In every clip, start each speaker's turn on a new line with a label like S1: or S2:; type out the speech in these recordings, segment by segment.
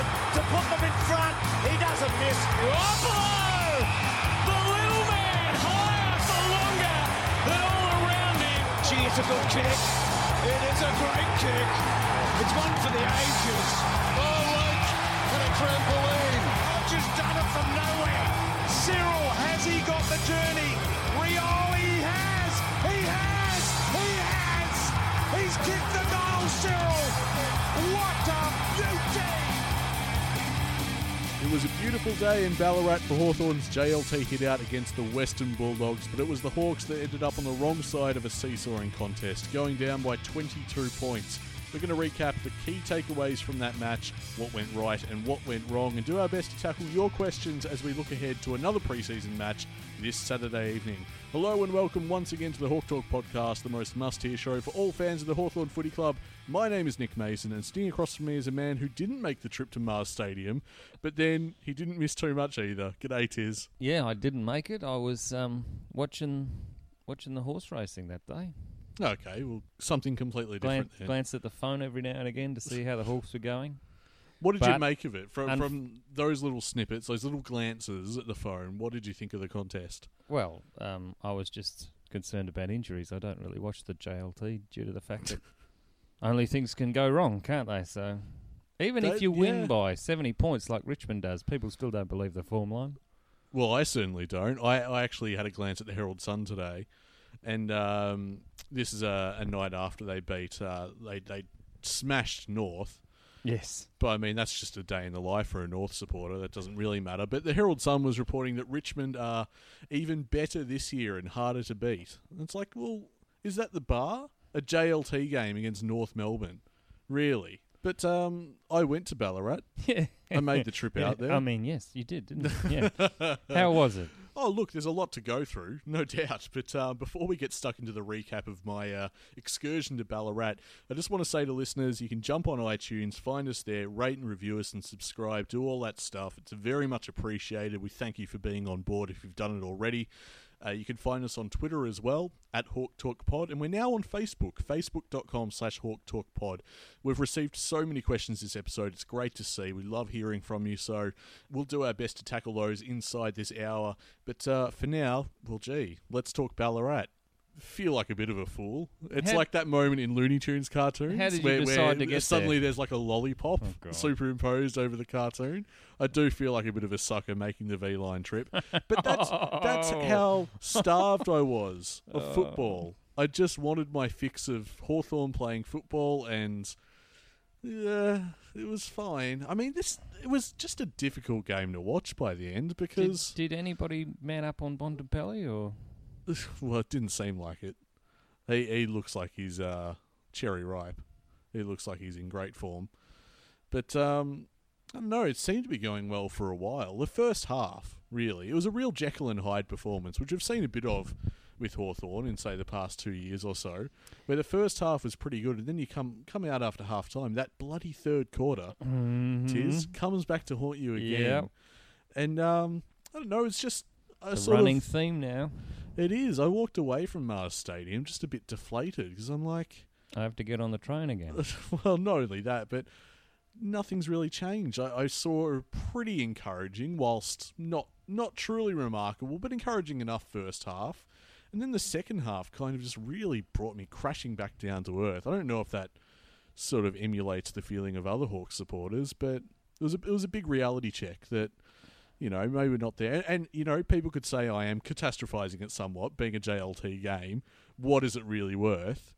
S1: put them in front. He doesn't miss.
S2: Buffalo! The little man higher for longer than all around him. Gee, it's a good kick. It is a great kick. It's one for the ages.
S3: Oh, like at a trampoline.
S1: Rogers done it from nowhere. Cyril, has he got the journey? Rio, he has. He has. He has. He's kicked the goal, Cyril. What a beauty!
S4: It was a beautiful day in Ballarat for Hawthorn's JLT hit out against the Western Bulldogs, but it was the Hawks that ended up on the wrong side of a seesawing contest, going down by 22 points. We're going to recap the key takeaways from that match, what went right and what went wrong, and do our best to tackle your questions as we look ahead to another preseason match this Saturday evening. Hello and welcome once again to the Hawk Talk podcast, the most must hear show for all fans of the Hawthorn Footy Club. My name is Nick Mason, and sitting across from me is a man who didn't make the trip to Mars Stadium, but then he didn't miss too much either. G'day, Tiz.
S5: Yeah, I didn't make it. I was um, watching watching the horse racing that day.
S4: Okay, well, something completely
S5: Glan-
S4: different then.
S5: glanced at the phone every now and again to see how the hawks were going.
S4: What did you
S5: But-
S4: make of it? From,
S5: Unf-
S4: from those little snippets, those little glances at the phone, what did you think of the contest?
S5: Well, um, I was just concerned about injuries. I don't really watch the JLT due to the fact that only things can go wrong, can't they? So even
S4: Don't-
S5: if you
S4: yeah.
S5: win by seventy points like Richmond does, people still don't believe the form line.
S4: Well, I certainly don't. I, I actually had a glance at the Herald Sun today, and um, this is a, a night after they beat, uh, they, they smashed North.
S5: Yes.
S4: But I mean, that's just a day in the life for a North supporter. That doesn't really matter. But the Herald Sun was reporting that Richmond are even better this year and harder to beat. And it's like, well, is that the bar? A JLT game against North Melbourne, really? But um, I went to Ballarat.
S5: Yeah.
S4: I made the trip out there.
S5: I mean, yes, you did, didn't you? Yeah. how was it?
S4: Oh, look, there's a lot to go through, no doubt. But uh, before we get stuck into the recap of my uh, excursion to Ballarat, I just want to say to listeners you can jump on iTunes, find us there, rate and review us, and subscribe, do all that stuff. It's very much appreciated. We thank you for being on board if you've done it already. Uh, you can find us on Twitter as well at Hawk Talk Pod, and we're now on Facebook, facebook.com slash Hawk Talk Pod. We've received so many questions this episode. It's great to see. We love hearing from you, so we'll do our best to tackle those inside this hour. But uh, for now, well, gee, let's talk Ballarat. Feel like a bit of a fool. It's
S5: How-
S4: like that moment in Looney Tunes cartoons
S5: How did you
S4: where, where
S5: decide to get
S4: suddenly
S5: there?
S4: there's like a lollipop
S5: Oh, God.
S4: superimposed over the cartoon. I do feel like a bit of a sucker making the V line trip, but that's that's
S5: Oh.
S4: how starved I was of football. I just wanted my fix of Hawthorn playing football, and yeah, it was fine. I mean, this it was just a difficult game to watch by the end
S5: Did,
S4: because
S5: did anybody man up on Bontempelli or
S4: well, it didn't seem like it. He he looks like he's uh, cherry ripe. He looks like he's in great form. But um, I don't know. It seemed to be going well for a while. The first half, really, it was a real Jekyll and Hyde performance, which we've seen a bit of with Hawthorn in say the past two years or so, where the first half was pretty good, and then you come come out after half time. That bloody third quarter,
S5: Mm-hmm.
S4: tis comes back to haunt you again.
S5: Yep.
S4: And um, I don't know. It's just a
S5: the
S4: sort
S5: running
S4: of,
S5: theme now?
S4: it is. I walked away from Mars Stadium just a bit deflated because I'm like,
S5: I have to get on the train again.
S4: well, not only that, but nothing's really changed. I, I saw a pretty encouraging, whilst not not truly remarkable, but encouraging enough first half, and then the second half kind of just really brought me crashing back down to earth. I don't know if that sort of emulates the feeling of other Hawks supporters, but it was a, it was a big reality check that. You know, maybe we're not there. And, you know, people could say I am catastrophizing it somewhat, being a JLT game. What is it really worth?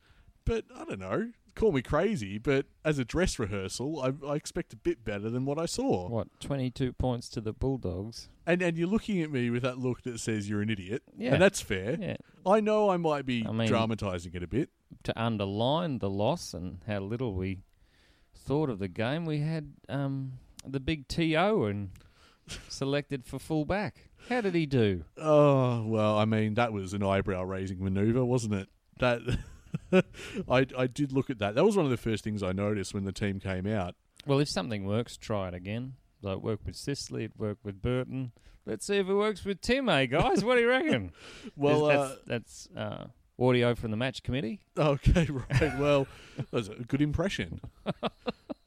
S4: But I don't know. Call me crazy, but as a dress rehearsal, I, I expect a bit better than what I saw.
S5: What, 22 points to the Bulldogs?
S4: And and you're looking at me with that look that says you're an idiot,
S5: Yeah.
S4: and that's fair.
S5: Yeah.
S4: I know I might be
S5: I mean-
S4: dramatizing it a bit.
S5: To underline the loss and how little we thought of the game, we had um, the big TO and selected for fullback. How did he do?
S4: Oh well, I mean that was an eyebrow-raising maneuver, wasn't it? That I I did look at that. That was one of the first things I noticed when the team came out.
S5: Well, if something works, try it again. Like, work with Sicily, it worked with Burton. Let's see if it works with Tim, eh, guys? What do you reckon?
S4: Well,
S5: Is-
S4: uh,
S5: that's, that's uh, audio from the match committee.
S4: Okay, right. Well, that's a good impression.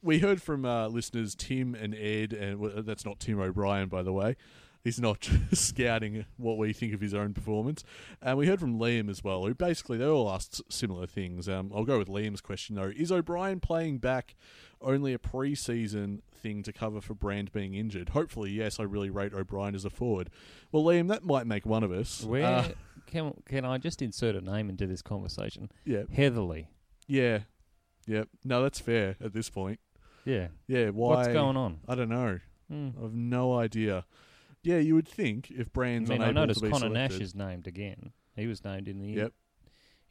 S4: we heard from uh, listeners Tim and Ed, and well, that's not Tim O'Brien, by the way. He's not scouting what we think of his own performance. And we heard from Liam as well, who basically they all asked s- similar things. Um, I'll go with Liam's question though: Is O'Brien playing back only a pre-season thing to cover for Brand being injured? Hopefully, yes. I really rate O'Brien as a forward. Well, Liam, that might make one of us.
S5: Where
S4: Uh,
S5: can can I just insert a name into this conversation?
S4: yeah,
S5: Heatherly.
S4: yeah, yeah. No, that's fair at this point.
S5: Yeah.
S4: Yeah, why?
S5: What's going on?
S4: I don't know.
S5: Hmm.
S4: I've no idea. Yeah, you would think if
S5: I
S4: Brand's
S5: mean, I
S4: unable
S5: noticed
S4: to be
S5: Connor
S4: selected.
S5: Nash is named again. He was named in the
S4: Yep.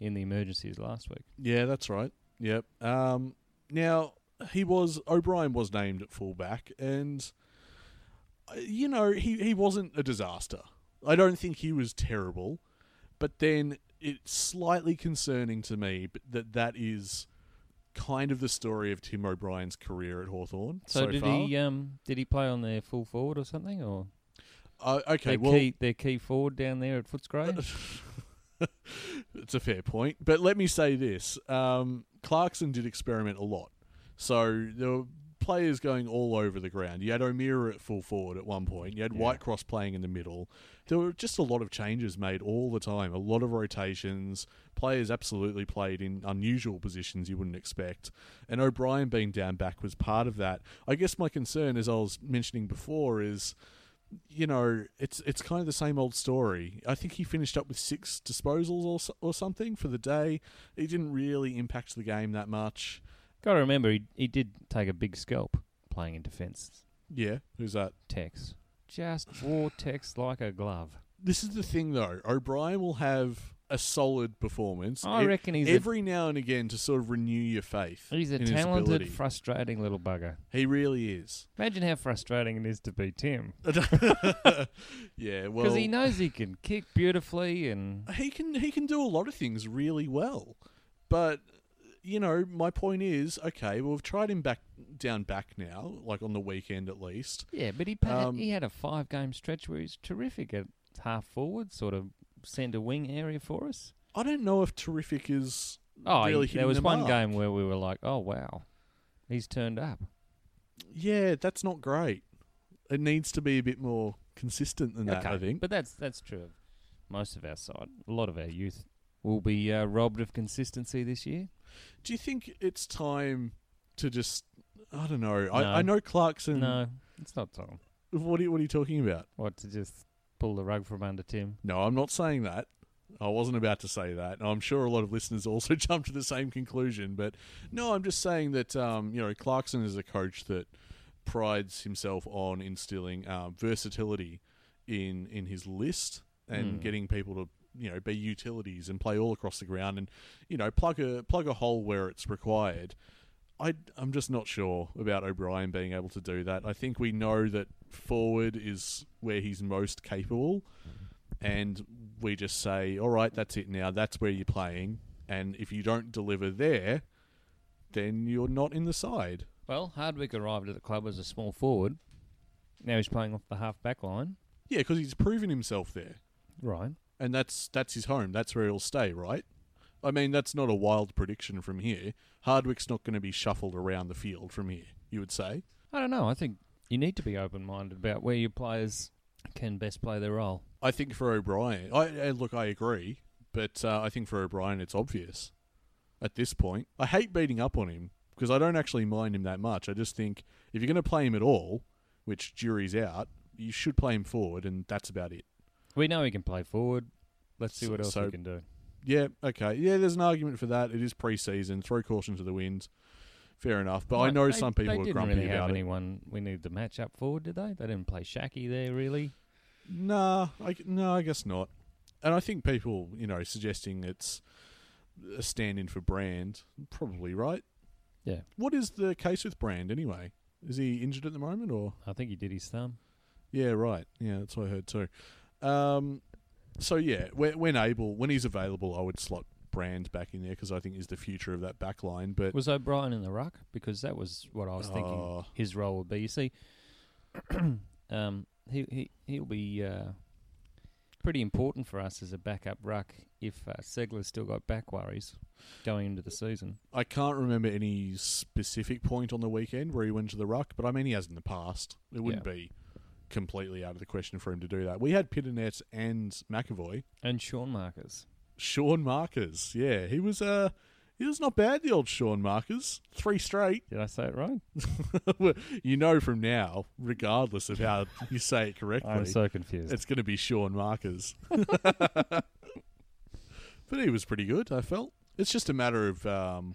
S5: in the emergencies last week.
S4: Yeah, that's right. Yep. Um, now he was O'Brien was named at fullback, and uh, you know he he wasn't a disaster. I don't think he was terrible, but then it's slightly concerning to me b- that that is kind of the story of Tim O'Brien's career at Hawthorn.
S5: So,
S4: So,
S5: did
S4: far.
S5: he um did he play on their full forward or something or
S4: Uh, okay,
S5: their
S4: well,
S5: key their key forward down there at Footscray?
S4: it's a fair point. But let me say this um, Clarkson did experiment a lot. So there were players going all over the ground. You had O'Meara at full forward at one point, you had Whitecross playing in the middle. There were just a lot of changes made all the time, a lot of rotations. Players absolutely played in unusual positions you wouldn't expect. And O'Brien being down back was part of that. I guess my concern, as I was mentioning before, is you know, it's it's kind of the same old story. I think he finished up with six disposals or so- or something for the day. He didn't really impact the game that much.
S5: Got to remember he he did take a big scalp playing in defence.
S4: Yeah, who's that?
S5: Tex just wore Tex like a glove.
S4: This is the thing though. O'Brien will have a solid performance.
S5: I
S4: E-
S5: reckon he's a-
S4: every now and again to sort of renew your faith.
S5: He's a
S4: in his
S5: talented,
S4: ability.
S5: frustrating little bugger.
S4: he really is.
S5: Imagine how frustrating it is to be Tim.
S4: yeah, well,
S5: Because he knows he can kick beautifully and
S4: he can he can do a lot of things really well, but you know my point is okay. Well, we've tried him back down back now, like on the weekend at least.
S5: yeah, but he pa-
S4: Um,
S5: he had a five game stretch where he's terrific at half forward, sort of centre wing area for us.
S4: I don't know if terrific is
S5: Oh, he-
S4: really hitting
S5: there was
S4: the
S5: one
S4: mark.
S5: game where we were like, oh wow, he's turned up.
S4: Yeah, that's not great. It needs to be a bit more consistent than that. I think.
S5: but that's that's true of most of our side. A lot of our youth will be uh, robbed of consistency this year.
S4: Do you think it's time to just? I don't know.
S5: No.
S4: I, I know Clarkson.
S5: No, it's not time.
S4: What are you, What are you talking about?
S5: What to just pull the rug from under Tim?
S4: No, I'm not saying that. I wasn't about to say that. I'm sure a lot of listeners also jumped to the same conclusion, but no, I'm just saying that um, you know Clarkson is a coach that prides himself on instilling um, versatility in in his list and getting people to you know be utilities and play all across the ground and you know plug a plug a hole where it's required. I, I'm just not sure about O'Brien being able to do that. I think we know that forward is where he's most capable, and we just say, all right, that's it now. That's where you're playing. And if you don't deliver there, then you're not in the side.
S5: Well, Hardwick arrived at the club as a small forward. Now he's playing off the half back line.
S4: Yeah, because he's proven himself there,
S5: Right.
S4: and that's that's his home. That's where he'll stay, right? I mean, that's not a wild prediction from here. Hardwick's not going to be shuffled around the field from here. You would say.
S5: I don't know. I think you need to be open minded about where your players can best play their role.
S4: I think for O'Brien, I and look, I agree, but uh, I think for O'Brien, it's obvious at this point. I hate beating up on him because I don't actually mind him that much. I just think if you're going to play him at all, which jury's out, you should play him forward, and that's about it.
S5: We know he can play forward. Let's see
S4: So-
S5: what else
S4: so-
S5: he can do.
S4: Yeah, okay, yeah. There's an argument for that. It is preseason. Throw caution to the wind. Fair enough, but I
S5: Like,
S4: know
S5: they-
S4: some people
S5: they
S4: are
S5: didn't
S4: grumpy
S5: really
S4: about
S5: have
S4: it.
S5: anyone. We need the match up forward, did they? They didn't play Shacky there really.
S4: Nah, I, no, I guess not. And I think people, you know, suggesting it's a stand-in for Brand, probably right.
S5: Yeah.
S4: What is the case with Brand anyway? Is he injured at the moment, or
S5: I think he did his thumb.
S4: yeah, right, yeah, that's what I heard too. Um, so yeah, when, when able, when he's available, I would slot Brand back in there because I think he's the future of that back line. But
S5: Was O'Brien in the ruck? Because that was what I was thinking
S4: Oh.
S5: his role would be. You see, um, he he he'll be uh, pretty important for us as a backup ruck if uh, Segler's still got back worries going into the season.
S4: I can't remember any specific point on the weekend where he went to the ruck, but I mean, he has in the past. It wouldn't
S5: Yeah.
S4: be completely out of the question for him to do that. We had Pitternet and McAvoy.
S5: And Sean Marcus.
S4: Sean Marcus, yeah, he was uh, he was not bad. The old Sean Marcus, three straight.
S5: Did I say it right?
S4: you know from now, regardless of how you say it correctly,
S5: I'm so confused.
S4: it's going to be Sean Marcus. but he was pretty good, I felt. It's just a matter of um,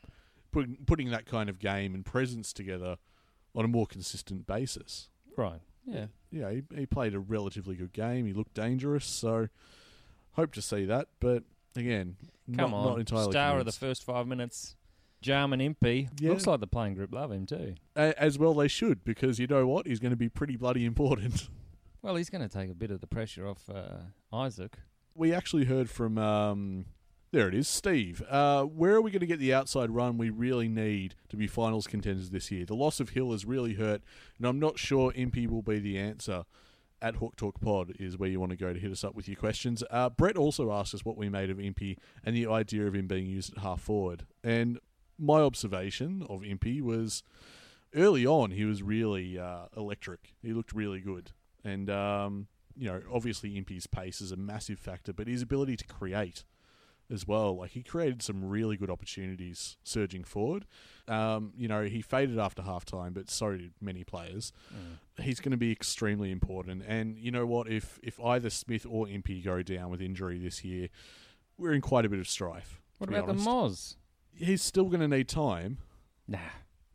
S4: putting, putting that kind of game and presence together on a more consistent basis.
S5: right. Yeah.
S4: Yeah, he, he played a relatively good game. He looked dangerous, so hope to see that. But again,
S5: Come
S4: not,
S5: on.
S4: not entirely.
S5: Star of the
S4: convinced.
S5: first five minutes. Jarman Impey.
S4: Yeah.
S5: Looks like the playing group love him too.
S4: A- as well they should, because you know what, he's going to be pretty bloody important.
S5: Well, he's going to take a bit of the pressure off uh, Isaac.
S4: we actually heard from um, there it is steve uh, where are we going to get the outside run we really need to be finals contenders this year the loss of hill has really hurt and i'm not sure impy will be the answer at Hawk Talk Pod is where you want to go to hit us up with your questions. Uh, Brett also asked us what we made of Impy and the idea of him being used at half forward. And my observation of Impy was early on he was really uh, electric. He looked really good, and um, you know obviously E Impy's pace is a massive factor, but his ability to create as well. Like he created some really good opportunities surging forward. Um, you know he faded after halftime, but so did many players. He's going to be extremely important, and you know what? If if either Smith or Impy go down with injury this year, we're in quite a bit of strife.
S5: What
S4: to be
S5: about the
S4: honest.
S5: Moz?
S4: He's still going to need time.
S5: Nah.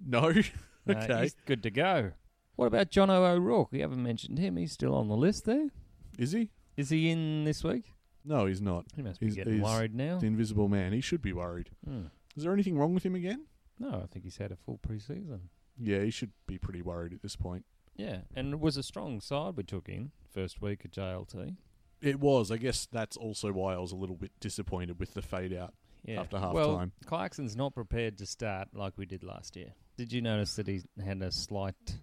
S4: No.
S5: Nah,
S4: okay.
S5: Uh, He's good to go. What about John O'Rourke? We haven't mentioned him. He's still on the list there.
S4: Is he?
S5: Is he in this week?
S4: No, he's not.
S5: He must be
S4: He's-
S5: getting
S4: he's-
S5: worried now.
S4: The Invisible Man. He should be worried.
S5: Hmm.
S4: Is there anything wrong with him again?
S5: No, I think he's had a full preseason.
S4: Yeah, he should be pretty worried at this point.
S5: Yeah, and it was a strong side we took in first week at JLT.
S4: It was. I guess that's also why I was a little bit disappointed with the fade out.
S5: Yeah.
S4: After half
S5: well,
S4: time.
S5: Clarkson's not prepared to start like we did last year. Did you notice that he had a slight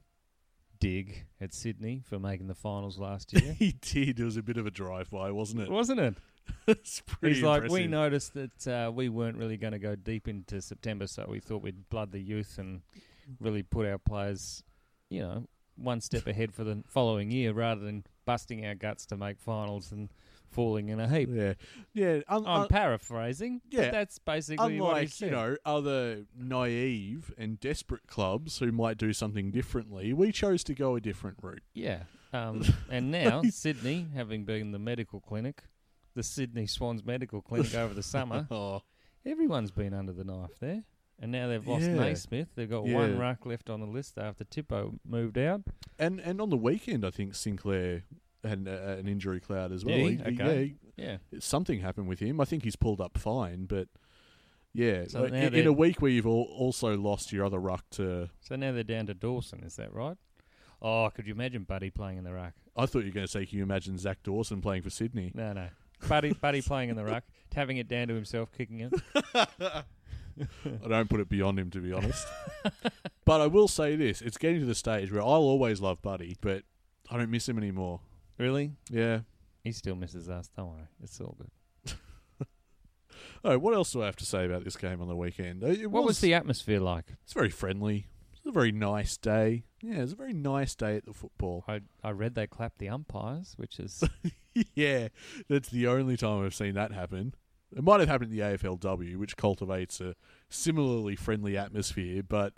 S5: dig at Sydney for making the finals last year?
S4: He did. It was a bit of a drive by, wasn't it?
S5: Wasn't it?
S4: it's pretty
S5: He's like, we
S4: impressive.
S5: noticed that uh, we weren't really going to go deep into September, so we thought we'd blood the youth and really put our players, you know, one step ahead for the following year rather than busting our guts to make finals and falling in a heap.
S4: Yeah. Yeah. Un-
S5: I'm
S4: un-
S5: paraphrasing,
S4: yeah,
S5: but that's basically what he
S4: unlike,
S5: said.
S4: you know, other naive and desperate clubs who might do something differently, we chose to go a different route.
S5: Yeah. Um, and now Sydney, having been the medical clinic, the Sydney Swans medical clinic over the summer,
S4: Oh,
S5: everyone's been under the knife there. And now they've lost
S4: Yeah.
S5: Naismith. They've got one
S4: Yeah.
S5: ruck left on the list after Tippo moved out.
S4: And and on the weekend, I think Sinclair had uh, an injury cloud as well.
S5: Did he?
S4: He- he-
S5: Okay. Yeah.
S4: yeah, something happened with him. I think he's pulled up fine, but yeah,
S5: So
S4: like,
S5: now
S4: in, in
S5: they're-
S4: a week where you've all also lost your other ruck to.
S5: So now they're down to Dawson, is that right? Oh, could you imagine Buddy playing in the ruck?
S4: I thought you were going to say, can you imagine Zach Dawson playing for Sydney?
S5: No, no. Buddy Buddy playing in the ruck, having it down to himself, kicking it.
S4: I don't put it beyond him, to be honest. but I will say this it's getting to the stage where I'll always love Buddy, but I don't miss him anymore.
S5: Really?
S4: Yeah.
S5: He still misses us, don't worry. It's all good.
S4: Oh, what else do I have to say about this game on the weekend? Uh, It
S5: What was the atmosphere like?
S4: It's very friendly. It's a very nice day. Yeah, it's a very nice day at the football.
S5: I, I read they clapped the umpires, which is
S4: yeah, that's the only time I've seen that happen. It might have happened at the AFLW, which cultivates a similarly friendly atmosphere, but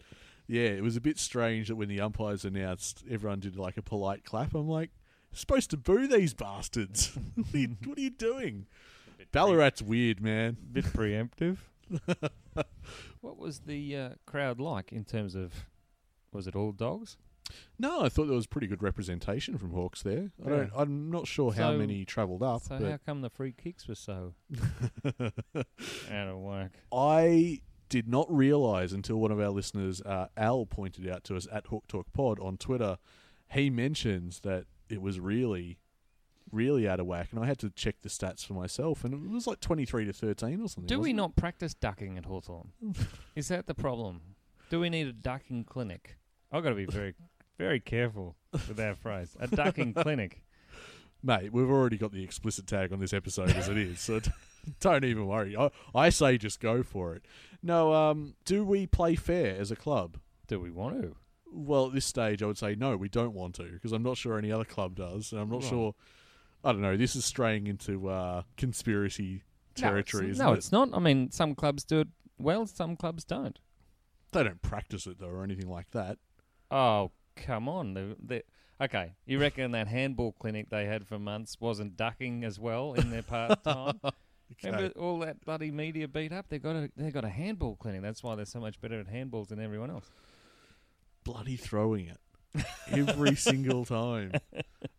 S4: yeah, it was a bit strange that when the umpires announced, everyone did like a polite clap. I'm like, "You're supposed to boo these bastards. what, are you, what are you doing? Ballarat's weird, man.
S5: a bit preemptive. what was the uh, crowd like in terms of? Was it all dogs?
S4: No, I thought there was pretty good representation from Hawks there. I don't, I'm not sure how
S5: So-
S4: many travelled up.
S5: so
S4: but
S5: how come the free kicks were so out of whack?
S4: I did not realize until one of our listeners, uh, Al, pointed out to us at Hook Talk Pod on Twitter. He mentions that it was really, really out of whack, and I had to check the stats for myself, and it was like twenty-three to thirteen or something.
S5: Do we
S4: wasn't
S5: not practice ducking at Hawthorn? is that the problem? Do we need a ducking clinic? I've got to be very, very careful with that phrase. A ducking clinic.
S4: it? Mate, we've already got the explicit tag on this episode as it is, so d- don't even worry. I, I say just go for it. No, um, do we play fair as a club?
S5: Do we want to?
S4: Well, at this stage, I would say no, we don't want to, because I'm not sure any other club does, and I'm not sure. I don't know. This is straying into uh, conspiracy territory,
S5: No, it's,
S4: isn't
S5: no,
S4: it?
S5: it's not. I mean, some clubs do it well, some clubs don't.
S4: They don't practice it though, or anything like that.
S5: Oh, come on. The, the, okay, you reckon that handball clinic they had for months wasn't ducking as well in their part time? Remember all that bloody media beat up? They got a they got a handball clinic. That's why they're so much better at handballs than everyone else.
S4: bloody throwing it every single time.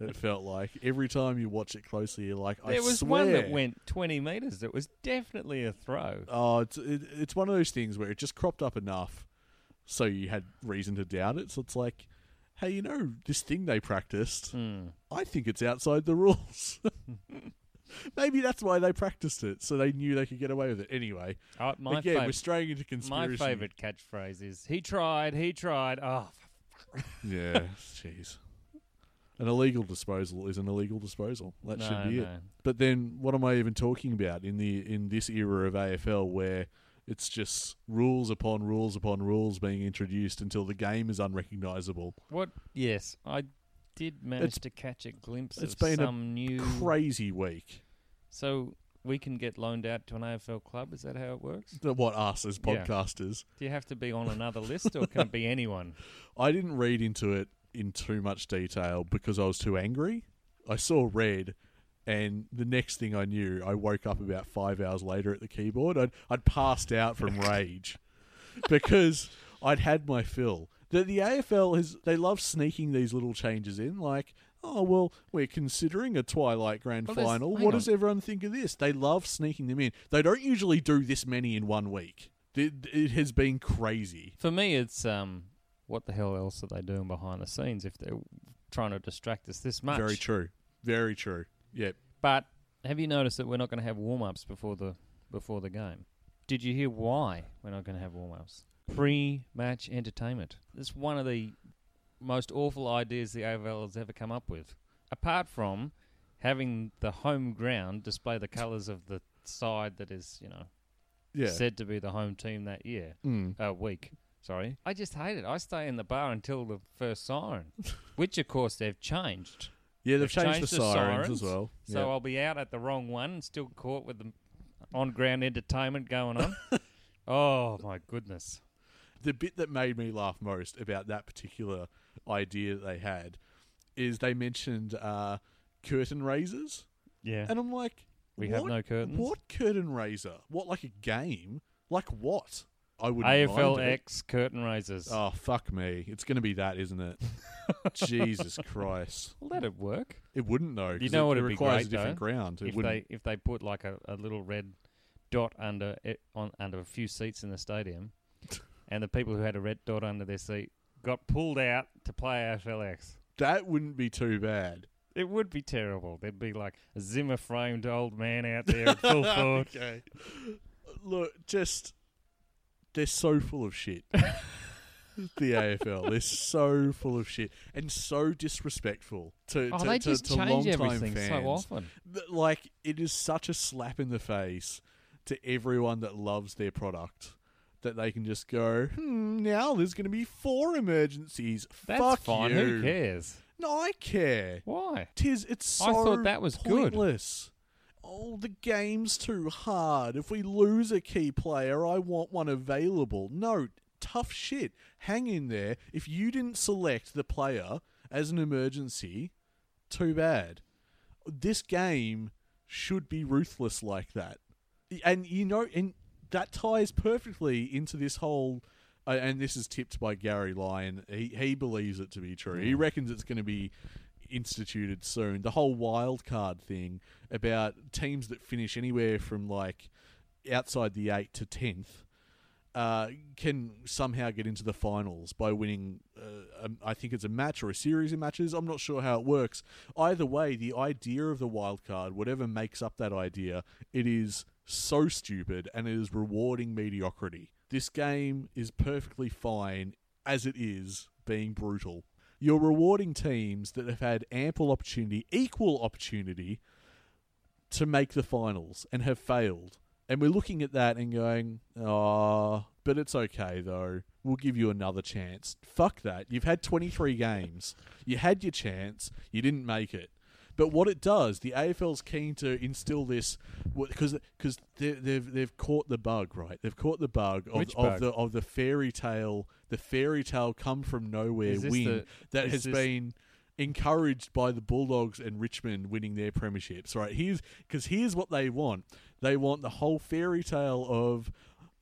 S4: It felt like every time you watch it closely, you're like, I
S5: there was
S4: swear.
S5: one that went twenty meters. That was definitely a throw.
S4: Oh, it's it, it's one of those things where it just cropped up enough, so you had reason to doubt it. So it's like, hey, you know this thing they practiced.
S5: Hmm.
S4: I think it's outside the rules. Maybe that's why they practiced it, so they knew they could get away with it. Anyway,
S5: Oh, my
S4: again,
S5: fav-
S4: we're straying into
S5: my
S4: conspiracy.
S5: favorite catchphrase is "He tried, he tried." Oh,
S4: Yeah, jeez. An illegal disposal is an illegal disposal. That
S5: No,
S4: should be it.
S5: no.
S4: But then, what am I even talking about in the in this era of AFL where it's just rules upon rules upon rules being introduced until the game is unrecognisable?
S5: what? Yes, I did manage to catch a glimpse
S4: it's
S5: of
S4: been a
S5: some new.
S4: Crazy week.
S5: so we can get loaned out to an AFL club. Is that how it works?
S4: The- What us as
S5: Yeah.
S4: podcasters?
S5: Do you have to be on another list, or can it be anyone?
S4: I didn't read into it in too much detail because I was too angry. I saw red, and the next thing I knew, I woke up about five hours later at the keyboard. I'd, I'd passed out from rage because I'd had my fill. The, the AFL has they love sneaking these little changes in, like. Oh well, we're considering a Twilight Grand
S5: Well, there's-
S4: Final.
S5: hang
S4: What does
S5: on.
S4: everyone think of this? They love sneaking them in. They don't usually do this many in one week. It, it has been crazy.
S5: For me, it's um, what the hell else are they doing behind the scenes if they're trying to distract us this much?
S4: Very true. Very true. Yep.
S5: But have you noticed that we're not going to have warm ups before the before the game? Did you hear why we're not going to have warm ups? Pre match entertainment. It's one of the most awful ideas the AFL has ever come up with. Apart from having the home ground display the colours of the side that is, you know,
S4: Yeah. Mm.
S5: said to be the home team that year, uh, week. Sorry, I just hate it. I stay in the bar until the first siren, which of course they've changed.
S4: yeah, they've
S5: They've
S4: changed, the, sirens, as
S5: sirens,
S4: well.
S5: So I'll be out at the wrong one and still caught with the on ground entertainment going on. oh my goodness.
S4: the bit that made me laugh most about that particular idea that they had is they mentioned uh, curtain raisers,
S5: Yeah.
S4: and I'm like,
S5: We
S4: what,
S5: have no curtains.
S4: What curtain raiser? What like a game? Like what? I would
S5: AFLX curtain raisers.
S4: Oh fuck me! It's going to be that, isn't it? Jesus Christ!
S5: Well, that'd work.
S4: It wouldn't though.
S5: You
S4: 'cause
S5: know
S4: it,
S5: what
S4: it
S5: would be
S4: requires
S5: great
S4: a different
S5: though?
S4: ground. It
S5: if
S4: wouldn't.
S5: they if they put like a, a little red dot under it on under a few seats in the stadium, and the people who had a red dot under their seat got pulled out to play AFLX.
S4: That wouldn't be too bad.
S5: It would be terrible. There'd be like a Zimmer framed old man out there at full forward.
S4: okay. Look, just they're so full of shit. the AFL, they're so full of shit and so disrespectful to
S5: Oh,
S4: to,
S5: they
S4: to,
S5: just
S4: to
S5: change
S4: long-time
S5: everything
S4: fans.
S5: so often.
S4: Th- Like it is such a slap in the face to everyone that loves their product. That they can just go, hmm, now there's going to be four emergencies.
S5: That's
S4: Fuck
S5: fine.
S4: you.
S5: Who cares?
S4: No, I care.
S5: Why?
S4: Tis it's so
S5: I thought that was good.
S4: pointless. Oh, the game's too hard. If we lose a key player, I want one available. No, tough shit. Hang in there. If you didn't select the player as an emergency, too bad. This game should be ruthless like that. And you know, and that ties perfectly into this whole uh, and this is tipped by Gary Lyon. He he believes it to be true. He reckons it's going to be instituted soon. The whole wild card thing about teams that finish anywhere from like outside the 8 to 10th uh, can somehow get into the finals by winning. Uh, um, I think it's a match or a series of matches. I'm not sure how it works. Either way, the idea of the wild card, whatever makes up that idea, it is so stupid and it is rewarding mediocrity. This game is perfectly fine as it is being brutal. You're rewarding teams that have had ample opportunity, equal opportunity, to make the finals and have failed. And we're looking at that and going, oh, but it's okay though. We'll give you another chance. Fuck that. You've had 23 games. You had your chance. You didn't make it. But what it does, the AFL's keen to instill this because because they've they've caught the bug, right? They've caught the bug of,
S5: Which
S4: of
S5: bug?
S4: the of the fairy tale, the fairy tale come from nowhere
S5: Is this
S4: win
S5: the-
S4: that
S5: is
S4: has
S5: this-
S4: been encouraged by the Bulldogs and Richmond winning their premierships. Right here's because here's what they want. They want the whole fairy tale of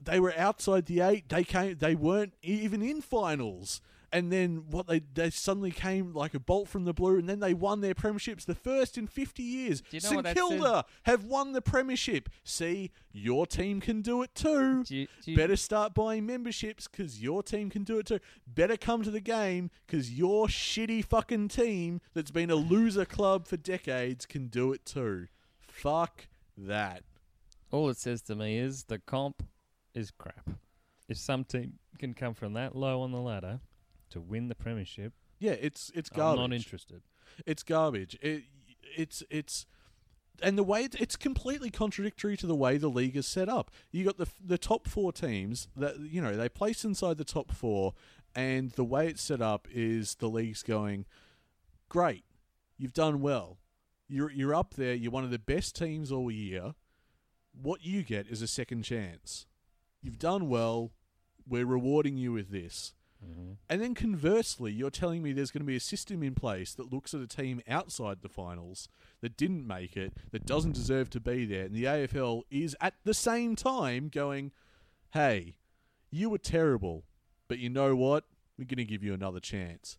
S4: they were outside the eight. They came. They weren't e, even in finals. And then what they they suddenly came like a bolt from the blue, and then they won their premierships, the first in fifty years.
S5: you know
S4: St
S5: what that
S4: Kilda have won the premiership. See, your team can do it too.
S5: Do you- do you-
S4: Better start buying memberships because your team can do it too. Better come to the game because your shitty fucking team that's been a loser club for decades can do it too. Fuck that.
S5: All it says to me is the comp is crap. If some team can come from that low on the ladder to win the premiership,
S4: Yeah, it's it's garbage.
S5: I'm not interested.
S4: It's garbage. It, it's it's and the way it, it's completely contradictory to the way the league is set up. You got the the top four teams that you know they place inside the top four, and the way it's set up is the league's going great. You've done well. You're you're up there. You're one of the best teams all year. What you get is a second chance. You've done well. We're rewarding you with this. And then conversely, you're telling me there's going to be a system in place that looks at a team outside the finals that didn't make it, that doesn't deserve to be there, and the AFL is at the same time going, hey, you were terrible, but you know what? We're going to give you another chance.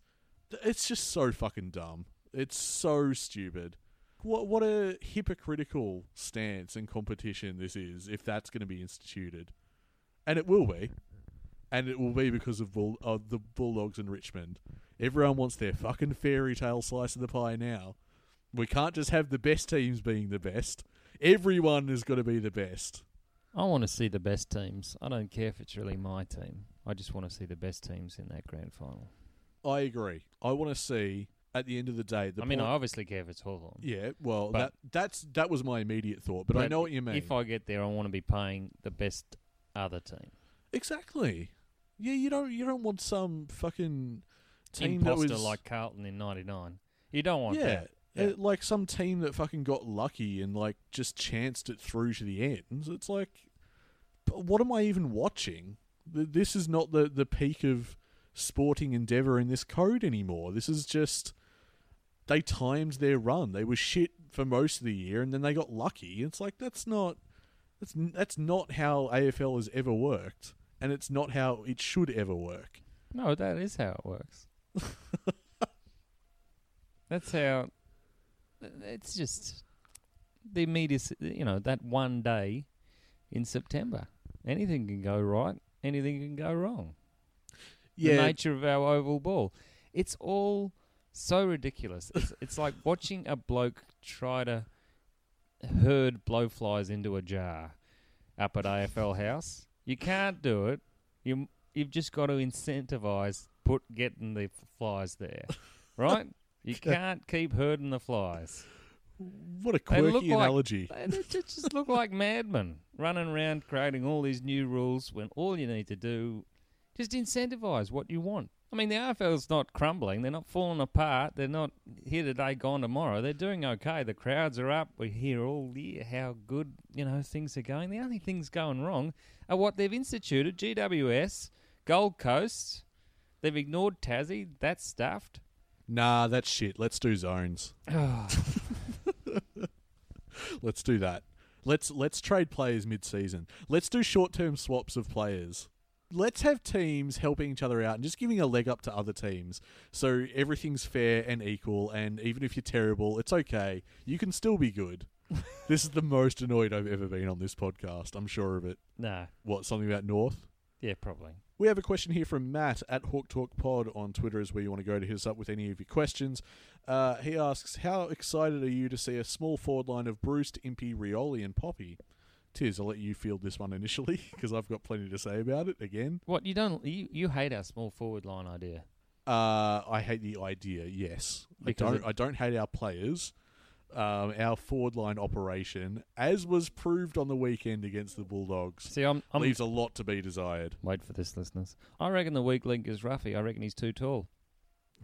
S4: Th- It's just so fucking dumb. It's so stupid. What, what a hypocritical stance and competition this is if that's going to be instituted. And it will be and it will be because of, Bull- of the Bulldogs in Richmond. Everyone wants their fucking fairy tale slice of the pie now. We can't just have the best teams being the best. Everyone has got to be the best.
S5: I want to see the best teams. I don't care if it's really my team. I just want to see the best teams in that grand final.
S4: I agree. I want to see at the end of the day. The
S5: I mean, I
S4: point-
S5: obviously care if it's Hawthorn.
S4: yeah. Well, that
S5: but-
S4: that's that was my immediate thought, but, I know what you mean.
S5: If I get there, I want to be paying the best other team.
S4: exactly. Yeah, you don't you don't want some fucking team that
S5: Imposter
S4: was
S5: like Carlton in '99. You don't want
S4: yeah,
S5: that.
S4: uh, like some team that fucking got lucky and like just chanced it through to the end. It's like, but what am I even watching? Th- This is not the the peak of sporting endeavor in this code anymore. This is just they timed their run. They were shit for most of the year, and then they got lucky. It's like that's not that's n- that's not how AFL has ever worked, and it's not how it should ever work.
S5: No, that is how it works. That's how. It's just the immediate, you know, that one day in September. Anything can go right. Anything can go wrong. The nature of our oval ball. It's all so ridiculous. It's, it's like watching a bloke try to herd blowflies into a jar up at AFL House. You can't do it. You you've just got to incentivize put getting the flies there, right? You can't keep herding the flies.
S4: what a
S5: They look
S4: quirky
S5: like-
S4: analogy.
S5: They, they ju- just look like madmen running around creating all these new rules when all you need to do just incentivize what you want. I mean, the AFL's not crumbling. They're not falling apart. They're not here today, gone tomorrow. They're doing okay. The crowds are up. We hear all year how good, you know, things are going. The only things going wrong are what they've instituted. GWS, Gold Coast, they've ignored Tassie. That's stuffed.
S4: Nah, that's shit. Let's do zones. let's do that. Let's let's trade players mid-season. Let's do short-term swaps of players. Let's have teams helping each other out and just giving a leg up to other teams. So everything's fair and equal and even if you're terrible, it's okay. You can still be good. this is the most annoyed I've ever been on this podcast. I'm sure of it.
S5: No.
S4: What, something about North?
S5: Yeah, probably.
S4: We have a question here from Matt at Hawk Talk Pod on Twitter, is where you want to go to hit us up with any of your questions. Uh, he asks, "How excited are you to see a small forward line of Bruce, Impey, Rioli, and Poppy?" Tiz, I'll let you field this one initially because I've got plenty to say about it. Again,
S5: What you don't you, you hate our small forward line idea?
S4: Uh, I hate the idea. Yes,
S5: Because
S4: I don't.
S5: it-
S4: I don't hate our players. Um, our forward line operation, as was proved on the weekend against the Bulldogs,
S5: See, I'm, I'm
S4: leaves a lot to be desired.
S5: Wait for this, listeners. I reckon the weak link is Ruffy. I reckon he's too tall.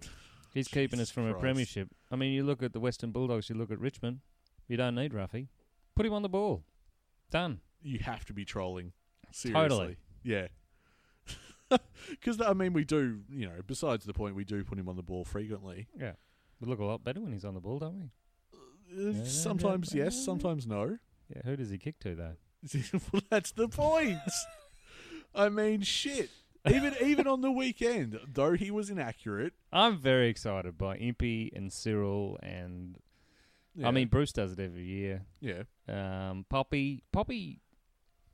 S5: He's keeping
S4: Jesus
S5: us from a
S4: Christ.
S5: premiership. I mean, you look at the Western Bulldogs, you look at Richmond. You don't need Ruffy. Put him on the ball. Done.
S4: You have to be trolling. Seriously,
S5: Totally.
S4: yeah. Because I mean, we do. You know, besides the point, we do put him on the ball frequently.
S5: Yeah. We look a lot better when he's on the ball, don't we?
S4: Uh,
S5: yeah,
S4: sometimes
S5: yeah.
S4: yes, sometimes no.
S5: Yeah. Who does he kick to though?
S4: well, that's the point. I mean, shit. Even even on the weekend, though he was inaccurate.
S5: I'm very excited by Impy and Cyril and
S4: Yeah,
S5: I mean Bruce does it every year.
S4: yeah,
S5: Um, Poppy, Poppy,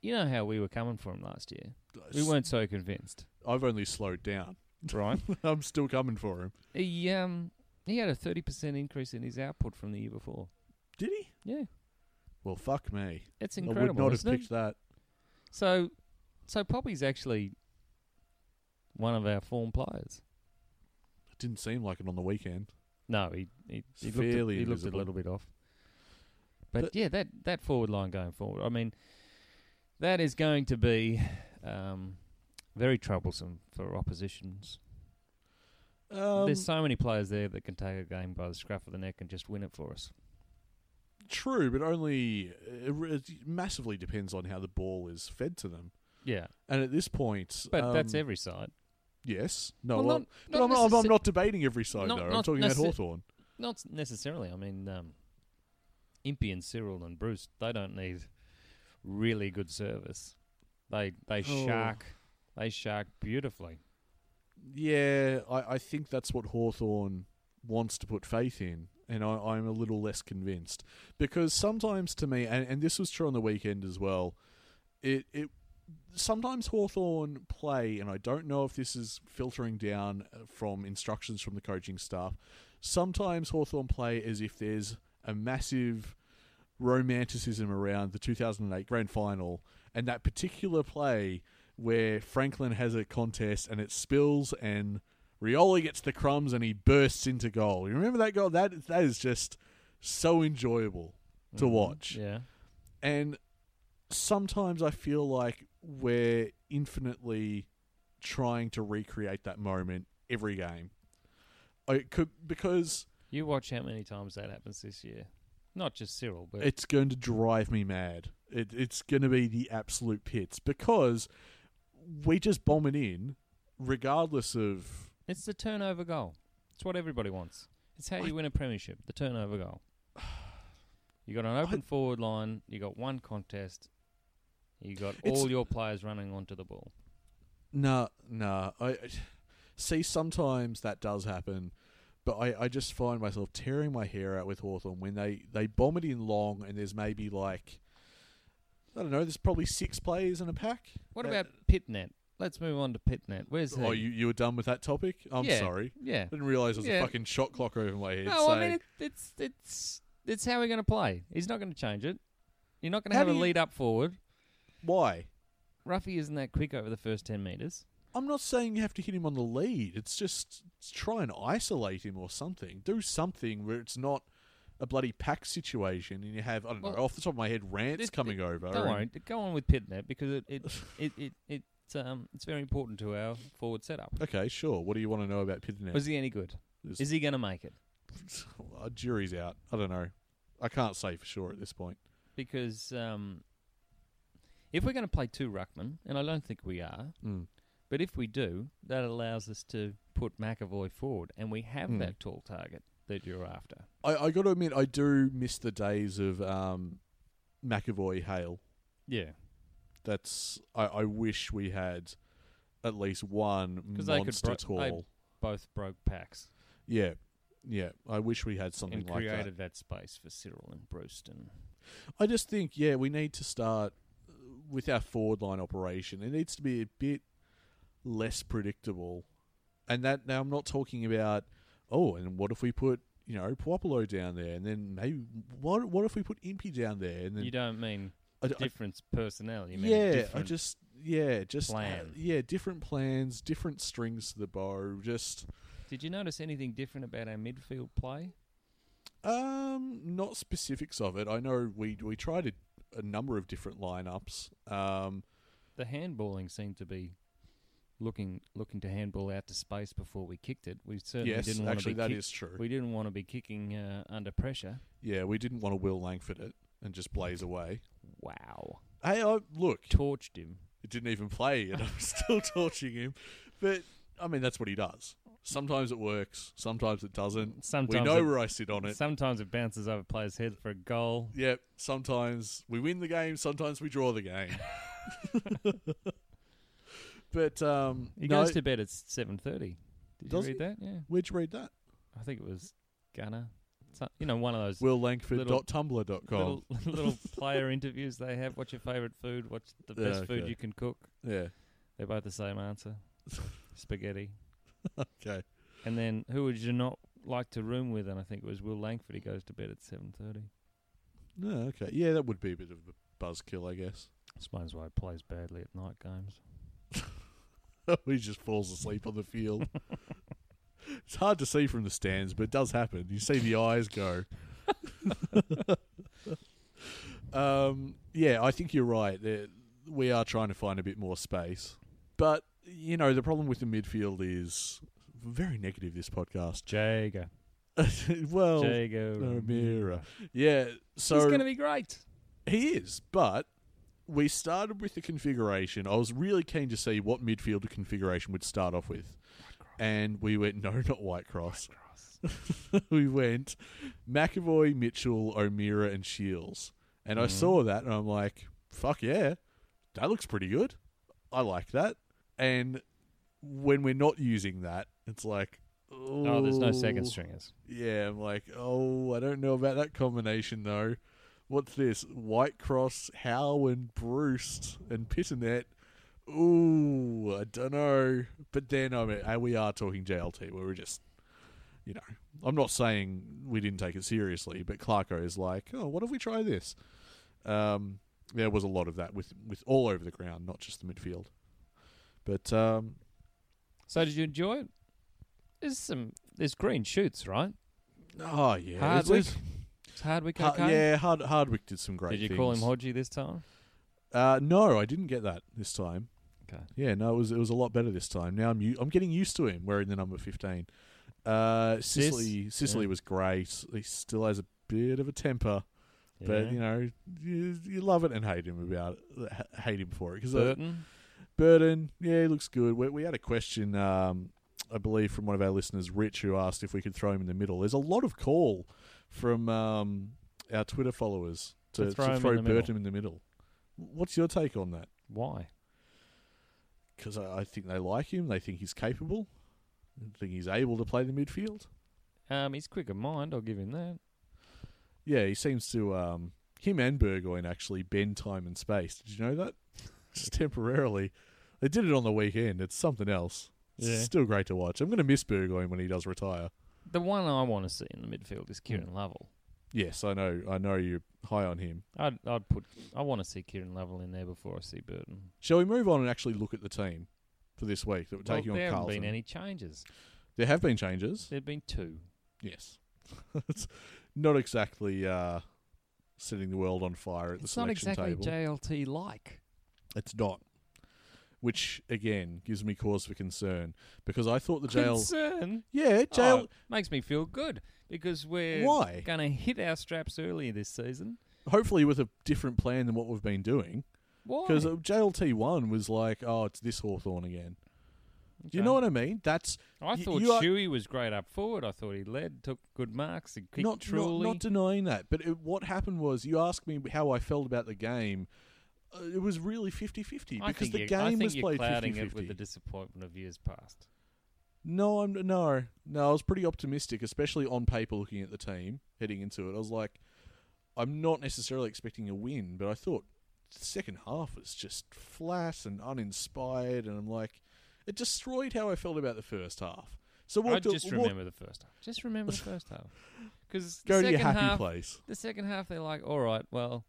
S5: you know how we were coming for him last year. We
S4: S-
S5: weren't so convinced,
S4: I've only slowed down.
S5: right?
S4: I'm still coming for him.
S5: He um he had a thirty percent increase in his output from the year before.
S4: Did he?
S5: Yeah,
S4: Well, fuck me.
S5: it's
S4: I would
S5: incredible,
S4: not have
S5: isn't it?
S4: picked that.
S5: So, so Poppy's actually one of our form players.
S4: It didn't seem like it on the weekend.
S5: No, he he,
S4: It's
S5: he, looked, a,
S4: fairly
S5: he looked a
S4: invisible.
S5: little bit off. But,
S4: But-
S5: yeah, that that forward line going forward. I mean, that is going to be um, very troublesome for oppositions.
S4: Um,
S5: There's so many players there that can take a game by the scruff of the neck and just win it for us.
S4: true, but only it, re- it massively depends on how the ball is fed to them.
S5: Yeah,
S4: And at this point,
S5: but that's
S4: um,
S5: every side.
S4: Yes. No.
S5: Well,
S4: I'm-
S5: not-
S4: but
S5: not
S4: I'm, not, I'm- I'm
S5: necessar-
S4: not debating every side
S5: not-
S4: though. I'm
S5: not
S4: talking about
S5: necessar-
S4: Hawthorn.
S5: Not s- necessarily. I mean, um, Impy and Cyril and Bruce, they don't need really good service. They they
S4: Oh.
S5: shark they shark beautifully.
S4: Yeah, I, I think that's what Hawthorn wants to put faith in, and I, I'm a little less convinced. Because sometimes to me, and, and this was true on the weekend as well, it, it sometimes Hawthorn play, and I don't know if this is filtering down uh, from instructions from the coaching staff, sometimes Hawthorn play as if there's a massive romanticism around the 2008 grand final and that particular play where Franklin has a contest and it spills and Rioli gets the crumbs and he bursts into goal. You remember that goal? That that is just so enjoyable to watch.
S5: Yeah.
S4: And sometimes I feel like we're infinitely trying to recreate that moment every game. I could because
S5: You watch how many times that happens this year. Not just Cyril, but
S4: it's going to drive me mad. It, it's going to be the absolute pits because we just bomb it in, regardless of.
S5: it's the turnover goal. It's what everybody wants. It's how you win a premiership, the turnover goal. You got an open forward line, you got one contest, you got
S4: It's-
S5: all your players running onto the ball.
S4: Nah, nah. I I- see. Sometimes that does happen, but I, I just find myself tearing my hair out with Hawthorn when they they bomb it in long and there's maybe like. I don't know. There's probably six players in a pack.
S5: What
S4: Uh,
S5: about Pitnet? Let's move on to Pitnet. Where's he?
S4: Oh, you, you were done with that topic? I'm
S5: Yeah,
S4: sorry.
S5: Yeah.
S4: I didn't realise there was
S5: Yeah.
S4: a fucking shot clock over my head.
S5: No, I
S4: so-
S5: mean it, it's it's it's how we're going to play. He's not going to change it. You're not going to
S4: How
S5: have a
S4: do you-
S5: lead up forward.
S4: why?
S5: Ruffy isn't that quick over the first ten meters.
S4: I'm not saying you have to hit him on the lead. It's just try and isolate him or something. Do something where it's not a bloody pack situation and you have, I don't know,
S5: Well,
S4: off the top of my head, rants
S5: this-
S4: coming over.
S5: Don't
S4: and-
S5: worry. Go on with Pitnet because it it it it, it, um it's very important to our forward setup.
S4: Okay, sure. What do you want to know about Pitnet?
S5: Was he any good?
S4: This-
S5: Is he going to make it?
S4: A Oh, jury's out. I don't know. I can't say for sure at this point.
S5: Because um, if we're going to play two ruckman, and I don't think we are,
S4: Mm.
S5: but if we do, that allows us to put McAvoy forward, and we have
S4: Hmm.
S5: that tall target that you're after.
S4: I, I got to admit, I do miss the days of um, McAvoy Hale.
S5: Yeah.
S4: That's I, I wish we had at least one
S5: 'Cause
S4: monster
S5: they could bro-
S4: tall.
S5: they- both broke packs
S4: Yeah, yeah. I wish we had something
S5: and
S4: like that.
S5: created that. space for Cyril and Bruce. And
S4: I just think, yeah, we need to start uh, with our forward line operation. It needs to be a bit less predictable. And that now I'm not talking about, oh, and what if we put, you know, Popolo down there and then maybe what what if we put Impy down there and then
S5: you don't mean
S4: I- I-
S5: different personnel. You mean
S4: yeah, I
S5: different-
S4: just yeah, just uh,
S5: plan.
S4: yeah, different plans, different strings to the bow, just
S5: Did you notice anything different about our midfield play?
S4: Um, not specifics of it. I know we we tried a, a number of different lineups. Um,
S5: The handballing seemed to be looking looking to handball out to space before we kicked it. We certainly
S4: yes,
S5: didn't want
S4: actually,
S5: to be
S4: that is
S5: kick-
S4: true.
S5: We didn't want to be kicking uh, under pressure.
S4: yeah, we didn't want to Will Langford it and just blaze away.
S5: Wow,
S4: Hey, I, look,
S5: torched him.
S4: it didn't even play, and I'm still torching him. But I mean, that's what he does. Sometimes it works, sometimes it doesn't. we
S5: Sometimes
S4: know
S5: it-
S4: where I sit on it.
S5: Sometimes it bounces over players' heads for a goal.
S4: Yep. Sometimes we win the game. Sometimes we draw the game. but um,
S5: He
S4: no,
S5: goes to bed at seven thirty. Did
S4: Does
S5: you
S4: he?
S5: read that? Yeah,
S4: where'd you read that?
S5: I think it was Gunner. So- You know, one of those
S4: WillLangford.tumblr.com.
S5: little, little player interviews they have. What's your favourite food? What's the
S4: Yeah,
S5: best food
S4: okay.
S5: you can cook?
S4: yeah.
S5: They're both the same answer: spaghetti.
S4: Okay.
S5: And then, who would you not like to room with? And I think it was Will Langford. He goes to bed at seven thirty.
S4: No. Okay. Yeah, that would be a bit of a buzzkill, I guess.
S5: Explains why he plays badly at night games.
S4: he just falls asleep on the field. it's hard to see from the stands, but it does happen. You see the eyes go. um, yeah, I think you're right. There- We are trying to find a bit more space. But, you know, the problem with the midfield is very negative this podcast.
S5: Jager,
S4: well,
S5: Jager,
S4: O'Meara. Yeah, so
S5: be great.
S4: he is, but we started with the configuration. I was really keen to see what midfielder configuration would start off with. And we went, no, not White Cross. we went McAvoy, Mitchell, O'Meara, and Shields. And
S5: Mm-hmm.
S4: I saw that and I'm like, fuck yeah, that looks pretty good. I like that. And when we're not using that, it's like, oh,
S5: Oh, there's no second stringers.
S4: yeah, I'm like, oh, I don't know about that combination though. What's this? White Cross, Howe and Bruce and Pitternet. Ooh, I don't know. But then I mean, we are talking JLT where we're just, you know, I'm not saying we didn't take it seriously, but Clarko is like, oh, what if we try this? Um, there was a lot of that with with all over the ground, not just the midfield. But um,
S5: So did you enjoy it? There's some there's green shoots, right?
S4: oh yeah,
S5: Hardwick, Is Hardwick
S4: Ha-
S5: okay?
S4: yeah, Hard- Hardwick did some great.
S5: Did you call him
S4: things.
S5: Hodgie this time?
S4: Uh, no, I didn't get that this time.
S5: Okay.
S4: Yeah, no, it was it was a lot better this time. Now I'm u- I'm getting used to him wearing the number fifteen. Uh,
S5: Sis?
S4: Sicily Sicily
S5: Yeah.
S4: was great. He still has a bit of a temper, but you know you, you love it and hate him about it, h- hate him for it because
S5: Burton.
S4: Burden, yeah, he looks good. We, we had a question, um, I believe, from one of our listeners, Rich, who asked if we could throw him in the middle. There's a lot of call from um, our Twitter followers to, to throw,
S5: him in the middle.
S4: Burton in the middle. What's your take on that?
S5: Why?
S4: Because I, I think they like him. They think he's capable. They think he's able to play the midfield.
S5: Um, he's quick of mind. I'll give him that.
S4: Yeah, he seems to. Um, him and Burgoyne actually bend time and space. Did you know that? Just temporarily. They did it on the weekend. It's something else. It's
S5: Yeah.
S4: still great to watch. I'm going to miss Burgoyne when he does retire.
S5: The one I want to see in the midfield is
S4: Hmm.
S5: Kieran Lovell.
S4: Yes, I know. I know you're high on him.
S5: I'd I'd put I want to see Kieran Lovell in there before I see Burton.
S4: Shall we move on and actually look at the team for this week that we're
S5: Well,
S4: taking
S5: there
S4: on
S5: haven't
S4: Carlton?
S5: been any changes.
S4: There have been changes.
S5: There've been two.
S4: Yes, it's not exactly uh, setting the world on fire at the
S5: It's not
S4: selection
S5: exactly
S4: table.
S5: JLT like.
S4: it's not, which again gives me cause for concern because I thought the jail.
S5: Concern.
S4: Yeah, jail.
S5: Oh, makes me feel good because we're
S4: Why?
S5: going to hit our straps early this season.
S4: Hopefully, with a different plan than what we've been doing.
S5: Oh. Why?
S4: Because JLT one was like, oh, it's this Hawthorn again. Do you
S5: Okay.
S4: know what I mean? That's y-
S5: I thought
S4: you are-
S5: Shuey was great up forward. I thought he led, took good marks, he kicked
S4: not, not
S5: truly.
S4: not denying that, but it, what happened was you asked me how I felt about the game. Uh, it was really 50-50
S5: I
S4: because
S5: think
S4: the
S5: you- I
S4: game
S5: think
S4: was
S5: you're
S4: played
S5: clouding it
S4: 50-50.
S5: with the disappointment of years past.
S4: no, I'm no, no. I was pretty optimistic, especially on paper looking at the team heading into it. I was like, I'm not necessarily expecting a win, but I thought the second half was just flat and uninspired, and I'm like, it destroyed how I felt about the first half. So what?
S5: I
S4: do-
S5: just
S4: what-
S5: remember the first half. Just remember the first half. Because
S4: Go to
S5: second
S4: your happy
S5: half,
S4: place.
S5: the second half, they're like, all right, well,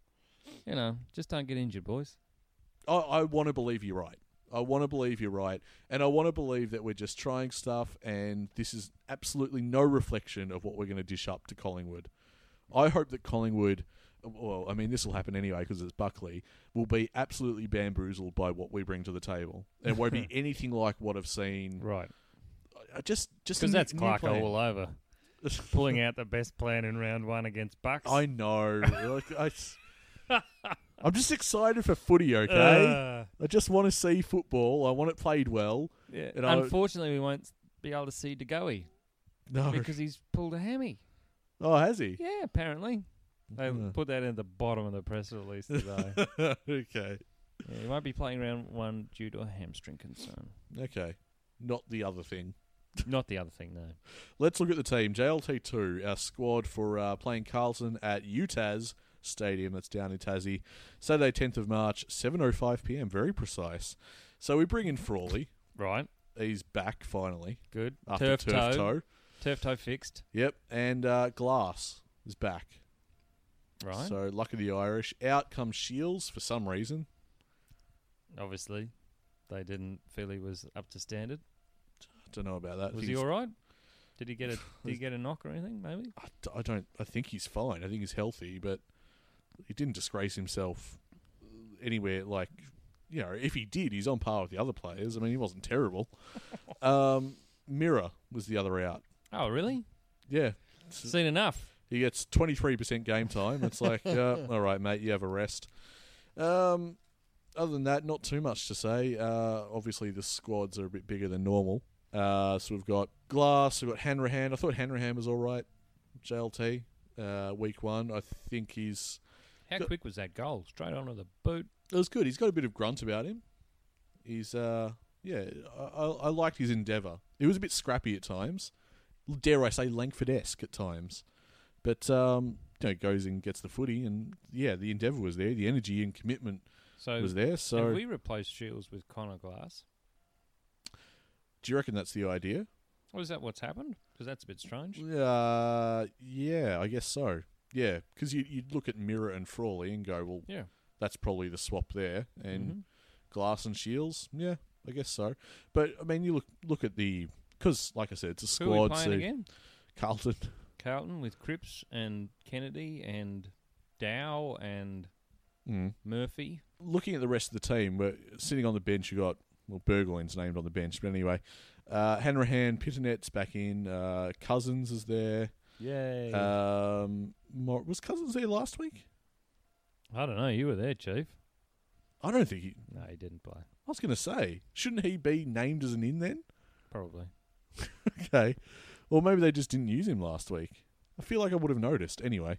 S5: you know, just don't get injured, boys.
S4: I, I want to believe you're right. I want to believe you're right, and I want to believe that we're just trying stuff, and this is absolutely no reflection of what we're going to dish up to Collingwood. I hope that Collingwood, well, I mean, this will happen anyway because it's Buckley, will be absolutely bamboozled by what we bring to the table. It won't be anything like what I've seen.
S5: Right.
S4: I Just, just
S5: Because
S4: a new-
S5: that's
S4: new
S5: Clark
S4: plan.
S5: all over. Pulling out the best plan in round one against Bucks.
S4: I know. Like, I, am just excited for footy. Okay,
S5: Uh,
S4: I just want to see football. I want it played well.
S5: yeah.
S4: And I-
S5: Unfortunately, we won't be able to see DeGoey
S4: No.
S5: because he's pulled a hammy.
S4: oh, has he?
S5: Yeah, apparently. They
S4: Yeah.
S5: put that in the bottom of the press release today.
S4: okay.
S5: yeah, he won't be playing round one due to a hamstring concern.
S4: Okay. Not the other thing.
S5: Not the other thing, though.
S4: Let's look at the team. JLT2, our squad for uh, playing Carlton at UTAS Stadium. That's down in Tassie. Saturday, 10th of March, 7.05 p.m. Very precise. So we bring in Frawley.
S5: Right.
S4: He's back finally
S5: Good.
S4: after
S5: turf, toe.
S4: toe.
S5: Turf toe fixed.
S4: Yep. And uh, Glass is back.
S5: Right.
S4: So luck of the Irish. Out comes Shields for some reason.
S5: Obviously, they didn't feel he was up to standard.
S4: Don't know about that.
S5: Was
S4: I think
S5: he
S4: he's-
S5: all right? Did he get a Did he get a knock or anything? Maybe.
S4: I, d- I don't. I think he's fine. I think he's healthy, but he didn't disgrace himself anywhere. Like, you know, if he did, he's on par with the other players. I mean, he wasn't terrible. um, Mirror was the other out.
S5: Oh, really?
S4: Yeah,
S5: Seen enough.
S4: he gets twenty three percent game time. It's like, uh, all right, mate, you have a rest. Um, other than that, not too much to say. Uh, obviously, the squads are a bit bigger than normal. Uh, so we've got Glass, we've got Hanrahan. I thought Hanrahan was all right. JLT, uh, week one. I think he's.
S5: How
S4: Go-
S5: quick was that goal? Straight onto the boot.
S4: It was good. He's got a bit of grunt about him. He's. Uh, yeah, I, I I liked his endeavour. It was a bit scrappy at times. Dare I say, Langford esque at times. But, um, you know, goes and gets the footy. And, yeah, the endeavour was there. The energy and commitment
S5: So,
S4: was there. So,
S5: have we replaced Shields with Connor Glass?
S4: do you reckon that's the idea?
S5: Or is that what's happened? Because that's a bit strange.
S4: Uh, yeah, I guess so. Yeah, because you, you'd look at Mirror and Frawley and go, well,
S5: Yeah.
S4: that's probably the swap there, and
S5: Mm-hmm.
S4: Glass and Shields. Yeah, I guess so. But I mean, you look look at the because, like I said, it's a
S5: Who are we
S4: squad.
S5: playing
S4: so
S5: again?
S4: Carlton.
S5: Carlton with Cripps and Kennedy and Dow and
S4: Mm.
S5: Murphy.
S4: Looking at the rest of the team, we're sitting on the bench. You got well, Burgoyne's named on the bench, but anyway, uh, Hanrahan, Pittenet's back in. Uh, Cousins is there.
S5: Yay!
S4: Um, Mor- was Cousins there last week?
S5: I don't know. You were there, Chief.
S4: I don't think he.
S5: No, he didn't play.
S4: I was going to say, shouldn't he be named as an in then?
S5: Probably.
S4: Okay. Well, maybe they just didn't use him last week. I feel like I would have noticed. Anyway,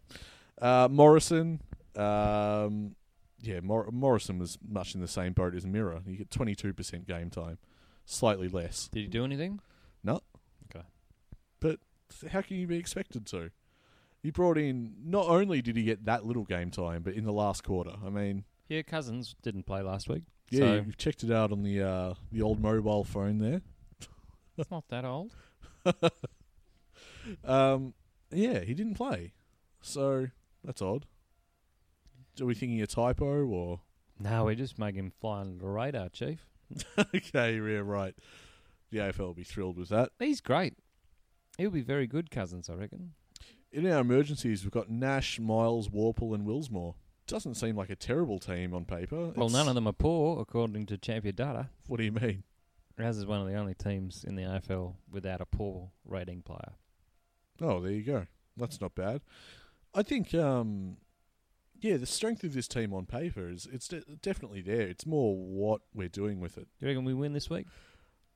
S4: uh, Morrison. Um, yeah, Mor- Morrison was much in the same boat as Mirror. You get 22% game time, slightly less.
S5: Did he do anything?
S4: No.
S5: Okay.
S4: But how can you be expected to? He brought in, not only did he get that little game time, but in the last quarter. I mean,
S5: Yeah, Cousins didn't play last week.
S4: yeah,
S5: so
S4: you've checked it out on the uh, the old mobile phone there.
S5: it's not that old.
S4: Um, yeah, he didn't play, so that's odd. Are we thinking a typo or?
S5: No, we just make him fly under the radar, Chief.
S4: okay, yeah, right. The AFL will be thrilled with that.
S5: He's great. He'll be very good, Cousins, I reckon.
S4: In our emergencies, we've got Nash, Miles, Warple, and Willsmore. Doesn't seem like a terrible team on paper.
S5: Well, none of them are poor, according to Champion Data.
S4: What do you mean?
S5: Ours is one of the only teams in the AFL without a poor rating player.
S4: Oh, there you go. That's not bad. I think, um, yeah, the strength of this team on paper is it's de- definitely there. It's more what we're doing with it.
S5: You reckon we win this week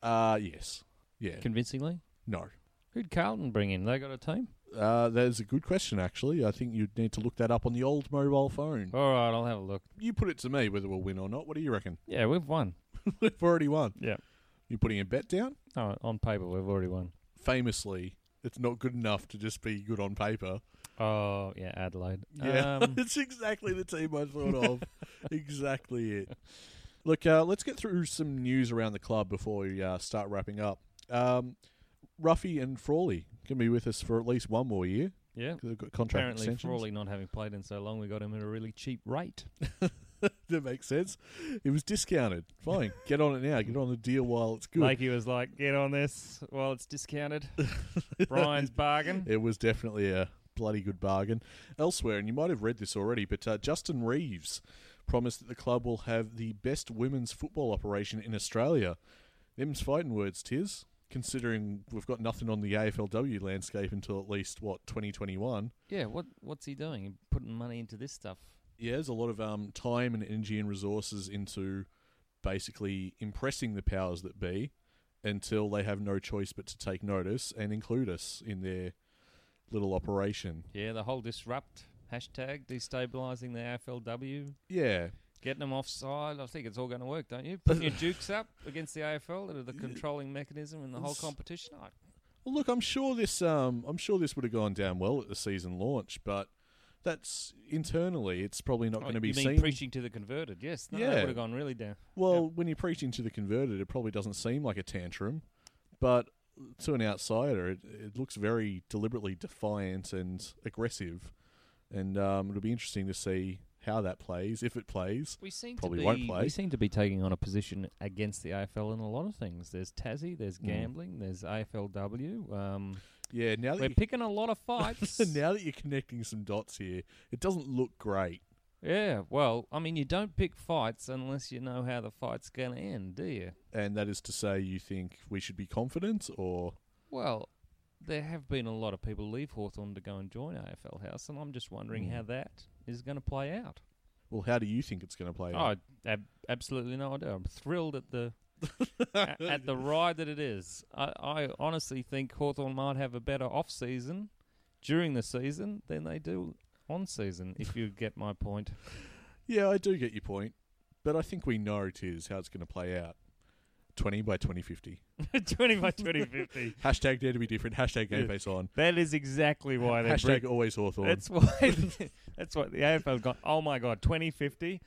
S4: Uh yes, yeah,
S5: convincingly?
S4: no.
S5: Who'd Carlton bring in? They got a team.
S4: Uh, that is a good question, actually. I think you'd need to look that up on the old mobile phone.
S5: All right, I'll have a look.
S4: You put it to me whether we'll win or not. What do you reckon?
S5: Yeah, we've won.
S4: We've already won.
S5: Yeah.
S4: You're putting a bet down?
S5: No, Oh, on paper, we've already won.
S4: Famously, it's not good enough to just be good on paper.
S5: Oh yeah, Adelaide.
S4: Yeah.
S5: Um,
S4: it's exactly the team I thought of. exactly it. Look, uh, let's get through some news around the club before we uh, start wrapping up. Um, Ruffy and Frawley can be with us for at least one more year.
S5: yeah.
S4: 'cause They've got contract
S5: Apparently,
S4: extensions.
S5: Frawley not having played in so long, we got him at a really cheap rate.
S4: that makes sense. It was discounted. Fine, get on it now. Get on the deal while it's good.
S5: Lakey was like, "Get on this while it's discounted." Brian's bargain.
S4: It was definitely a bloody good bargain. Elsewhere, and you might have read this already, but uh, Justin Reeves promised that the club will have the best women's football operation in Australia. Them's fighting words, Tiz. Considering we've got nothing on the AFLW landscape until at least what 2021.
S5: Yeah, what what's he doing? Putting money into this stuff.
S4: Yeah, there's a lot of um, time and energy and resources into basically impressing the powers that be until they have no choice but to take notice and include us in their little operation.
S5: Yeah, the whole disrupt hashtag destabilizing the AFLW,
S4: Yeah,
S5: getting them offside. I think it's all going to work, don't you? Putting your jukes up against the AFL, that are the controlling mechanism in the whole competition. I,
S4: Well, look, I'm sure this. Um, I'm sure this would have gone down well at the season launch, but that's internally. It's probably not
S5: oh,
S4: going to be
S5: you mean
S4: seen.
S5: preaching to the converted? Yes, no,
S4: Yeah.
S5: that would have gone really down.
S4: well, when you're preaching to the converted, it probably doesn't seem like a tantrum, but to an outsider, it, it looks very deliberately defiant and aggressive, and um, it'll be interesting to see how that plays if it plays.
S5: We seem
S4: Probably
S5: to be,
S4: won't play.
S5: We seem to be taking on a position against the AFL in a lot of things. There's Tassie, there's
S4: Hmm.
S5: gambling, there's AFLW. Um,
S4: Yeah, now
S5: we're
S4: that
S5: picking a lot of fights.
S4: you, now that you're connecting some dots here, it doesn't look great.
S5: Yeah, well, I mean, you don't pick fights unless you know how the fight's going to end, do you?
S4: And that is to say, you think we should be confident, or
S5: Well, there have been a lot of people leave Hawthorn to go and join AFL House, and I'm just
S4: Hmm.
S5: wondering how that is going to play out.
S4: well, how do you think it's going to play? out?
S5: Oh, I ab- absolutely no idea. I'm thrilled at the a- at the ride that it is. I, I honestly think Hawthorn might have a better off season during the season than they do on season. If you get my point.
S4: Yeah, I do get your point, but I think we know it is how it's going to play out. Twenty by twenty fifty.
S5: Twenty by twenty fifty.
S4: Hashtag dare to be different. Hashtag game face on.
S5: That is exactly why they
S4: Hashtag always Hawthorne.
S5: That's why. that's what the AFL's got. Oh my god, 2050.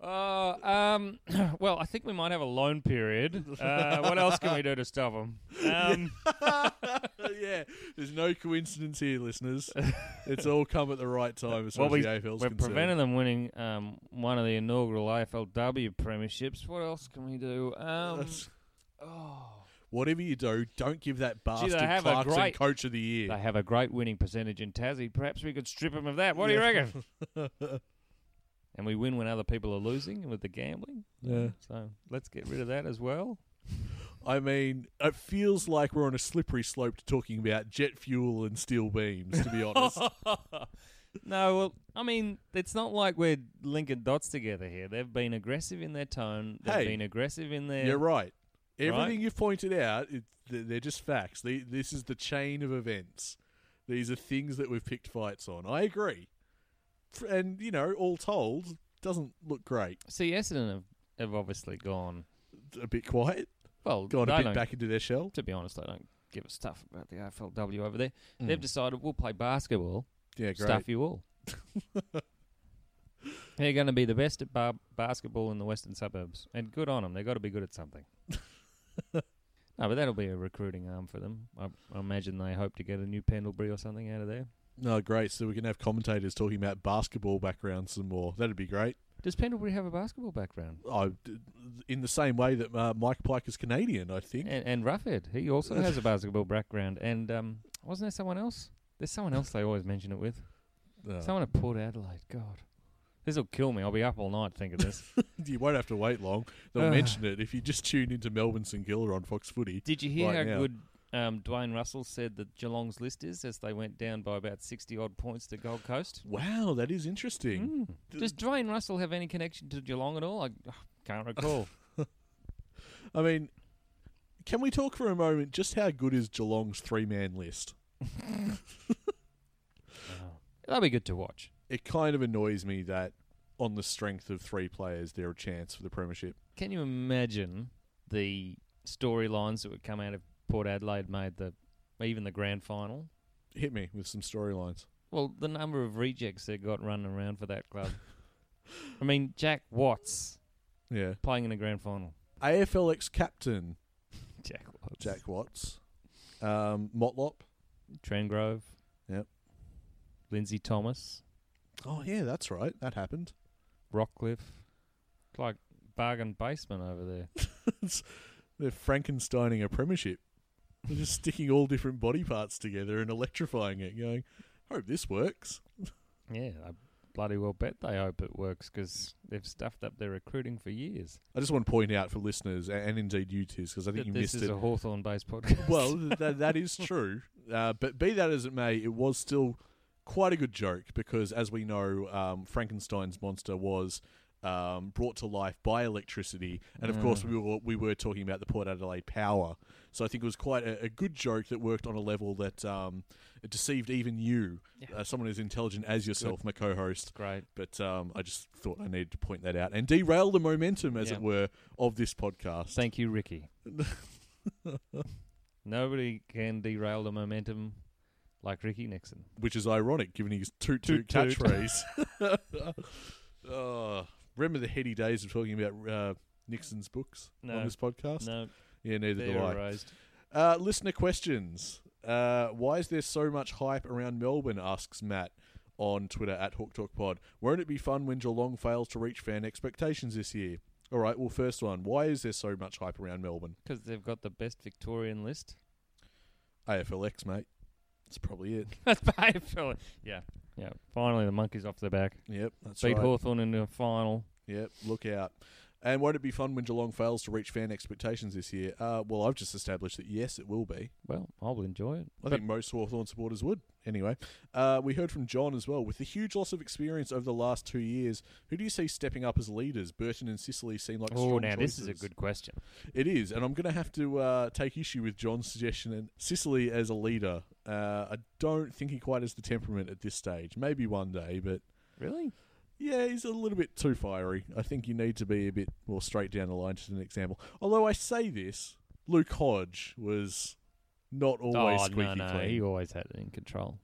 S5: Uh, um, well, I think we might have a loan period. Uh, what else can we do to stop them? Um,
S4: yeah, there's no coincidence here, listeners. It's all come at the right time as far
S5: well,
S4: as
S5: we,
S4: the
S5: we're
S4: AFL's concerned.
S5: preventing them winning um, one of the inaugural AFLW premierships. What else can we do? Um,
S4: Oh. Whatever you do, don't give that
S5: they
S4: bastard
S5: have a
S4: Clarkson
S5: great-
S4: coach of the year.
S5: they have a great winning percentage in Tassie. Perhaps we could strip them of that. What do you reckon? and we win when other people are losing with the gambling.
S4: Yeah.
S5: So let's get rid of that as well.
S4: I mean, it feels like we're on a slippery slope to talking about jet fuel and steel beams. To be honest,
S5: No, well, I mean, it's not like we're linking dots together here. They've been aggressive in their tone. They've
S4: Hey,
S5: been aggressive in their.
S4: You're right. Everything
S5: Right?
S4: you've pointed out, it, th- they're just facts. The this is the chain of events. These are things that we've picked fights on. I agree. F- And, you know, all told, doesn't look great.
S5: See, Essendon have, have obviously gone.
S4: A bit quiet.
S5: Well,
S4: Gone
S5: they
S4: a bit
S5: don't-
S4: back into their shell.
S5: To be honest, I don't give a stuff about the AFLW over there.
S4: Mm.
S5: They've decided we'll play basketball,
S4: Yeah, great.
S5: stuff you all. They're going to be the best at bar- basketball in the western suburbs, and good on them. They've got to be good at something. no, but that'll be a recruiting arm for them. I, I imagine they hope to get a new Pendlebury or something out of there.
S4: No, great. So we can have commentators talking about basketball backgrounds some more. That'd be great.
S5: Does Pendlebury have a basketball background?
S4: I, in the same way that uh, Mike Pike is Canadian, I think.
S5: And, and Ruffhead, he also has a basketball background. And um, wasn't there someone else? There's someone else they always mention it with.
S4: Uh,
S5: Someone at Port Adelaide. God, this will kill me. I'll be up all night thinking this.
S4: you won't have to wait long. They'll mention it if you just tune into Melbourne St Kilda on Fox Footy.
S5: Did you hear
S4: Right
S5: how
S4: now.
S5: good um, Dwayne Russell said that Geelong's list is as they went down by about sixty odd points to Gold Coast? Hmm.
S4: Wow, that is
S5: Mm.
S4: interesting.
S5: Does Dwayne Russell have any connection to Geelong at all? I can't recall.
S4: I mean, can we talk for a moment just how good is Geelong's three man list?
S5: That'll be good to watch.
S4: It kind of annoys me that on the strength of three players, they're a chance for the premiership.
S5: Can you imagine the storylines that would come out of Port Adelaide made the even the grand final?
S4: Hit me with some storylines.
S5: Well, the number of rejects that got running around for that club. I mean, Jack Watts
S4: Yeah.
S5: playing in the grand final.
S4: AFLX captain
S5: Jack Watts.
S4: Jack Watts, um, Motlop.
S5: Trangrove.
S4: Yep.
S5: Lindsay Thomas.
S4: Oh, yeah, that's right. That happened.
S5: Rockcliffe. like bargain basement over there.
S4: They're Frankensteining a premiership. They're just sticking all different body parts together and electrifying it, going, hope this works.
S5: Yeah, I bloody well bet they hope it works because they've stuffed up their recruiting for years.
S4: I just want to point out for listeners, a- and indeed you two, because I think
S5: That
S4: you
S5: this
S4: missed
S5: is
S4: it.
S5: a Hawthorne-based podcast.
S4: well, that, that is true. Uh, but be that as it may, it was still quite a good joke because, as we know, um, Frankenstein's monster was um, brought to life by electricity, and
S5: Mm.
S4: of course, we were we were talking about the Port Adelaide power. So I think it was quite a, a good joke that worked on a level that um, it deceived even you, uh, someone as intelligent as yourself, my co-host.
S5: great.
S4: But um, I just thought I needed to point that out and derail the momentum, as
S5: Yeah.
S4: it were, of this podcast.
S5: Thank you, Ricky. Nobody can derail the momentum like Ricky Nixon.
S4: which is ironic given his toot toot,
S5: Toot toot.
S4: catchphrase. oh, remember the heady days of talking about uh, Nixon's books on
S5: No.
S4: this podcast?
S5: No,
S4: Yeah, neither do I.
S5: theorized.
S4: Uh, listener questions. Uh, why is there so much hype around Melbourne? asks Matt on Twitter at Hawk Talk Pod. Won't it be fun when Geelong fails to reach fan expectations this year? All right, well, first one. Why is there so much hype around Melbourne?
S5: Because they've got the best Victorian list.
S4: AFLX, mate. That's probably it.
S5: That's AFL. Yeah, yeah. Finally, the monkey's off their back.
S4: Yep, that's
S5: Beat
S4: right.
S5: Hawthorn in the final.
S4: Yep, look out. And won't it be fun when Geelong fails to reach fan expectations this year? Uh, well, I've just established that yes, it will be.
S5: Well, I'll enjoy it.
S4: I think most Hawthorn supporters would. Anyway, uh, we heard from John as well. With the huge loss of experience over the last two years, who do you see stepping up as leaders? Burton and Sicily seem like
S5: Oh,
S4: strong
S5: now this is a
S4: choices.
S5: good question.
S4: It is, and I'm going to have to uh, take issue with John's suggestion and Sicily as a leader. Uh, I don't think he quite has the temperament at this stage. Maybe one day, but
S5: Really?
S4: yeah, he's a little bit too fiery. I think you need to be a bit more straight down the line, just an example. Although I say this, Luke Hodge was not always
S5: oh
S4: squeaky
S5: no, no,
S4: clean.
S5: he always had it in control.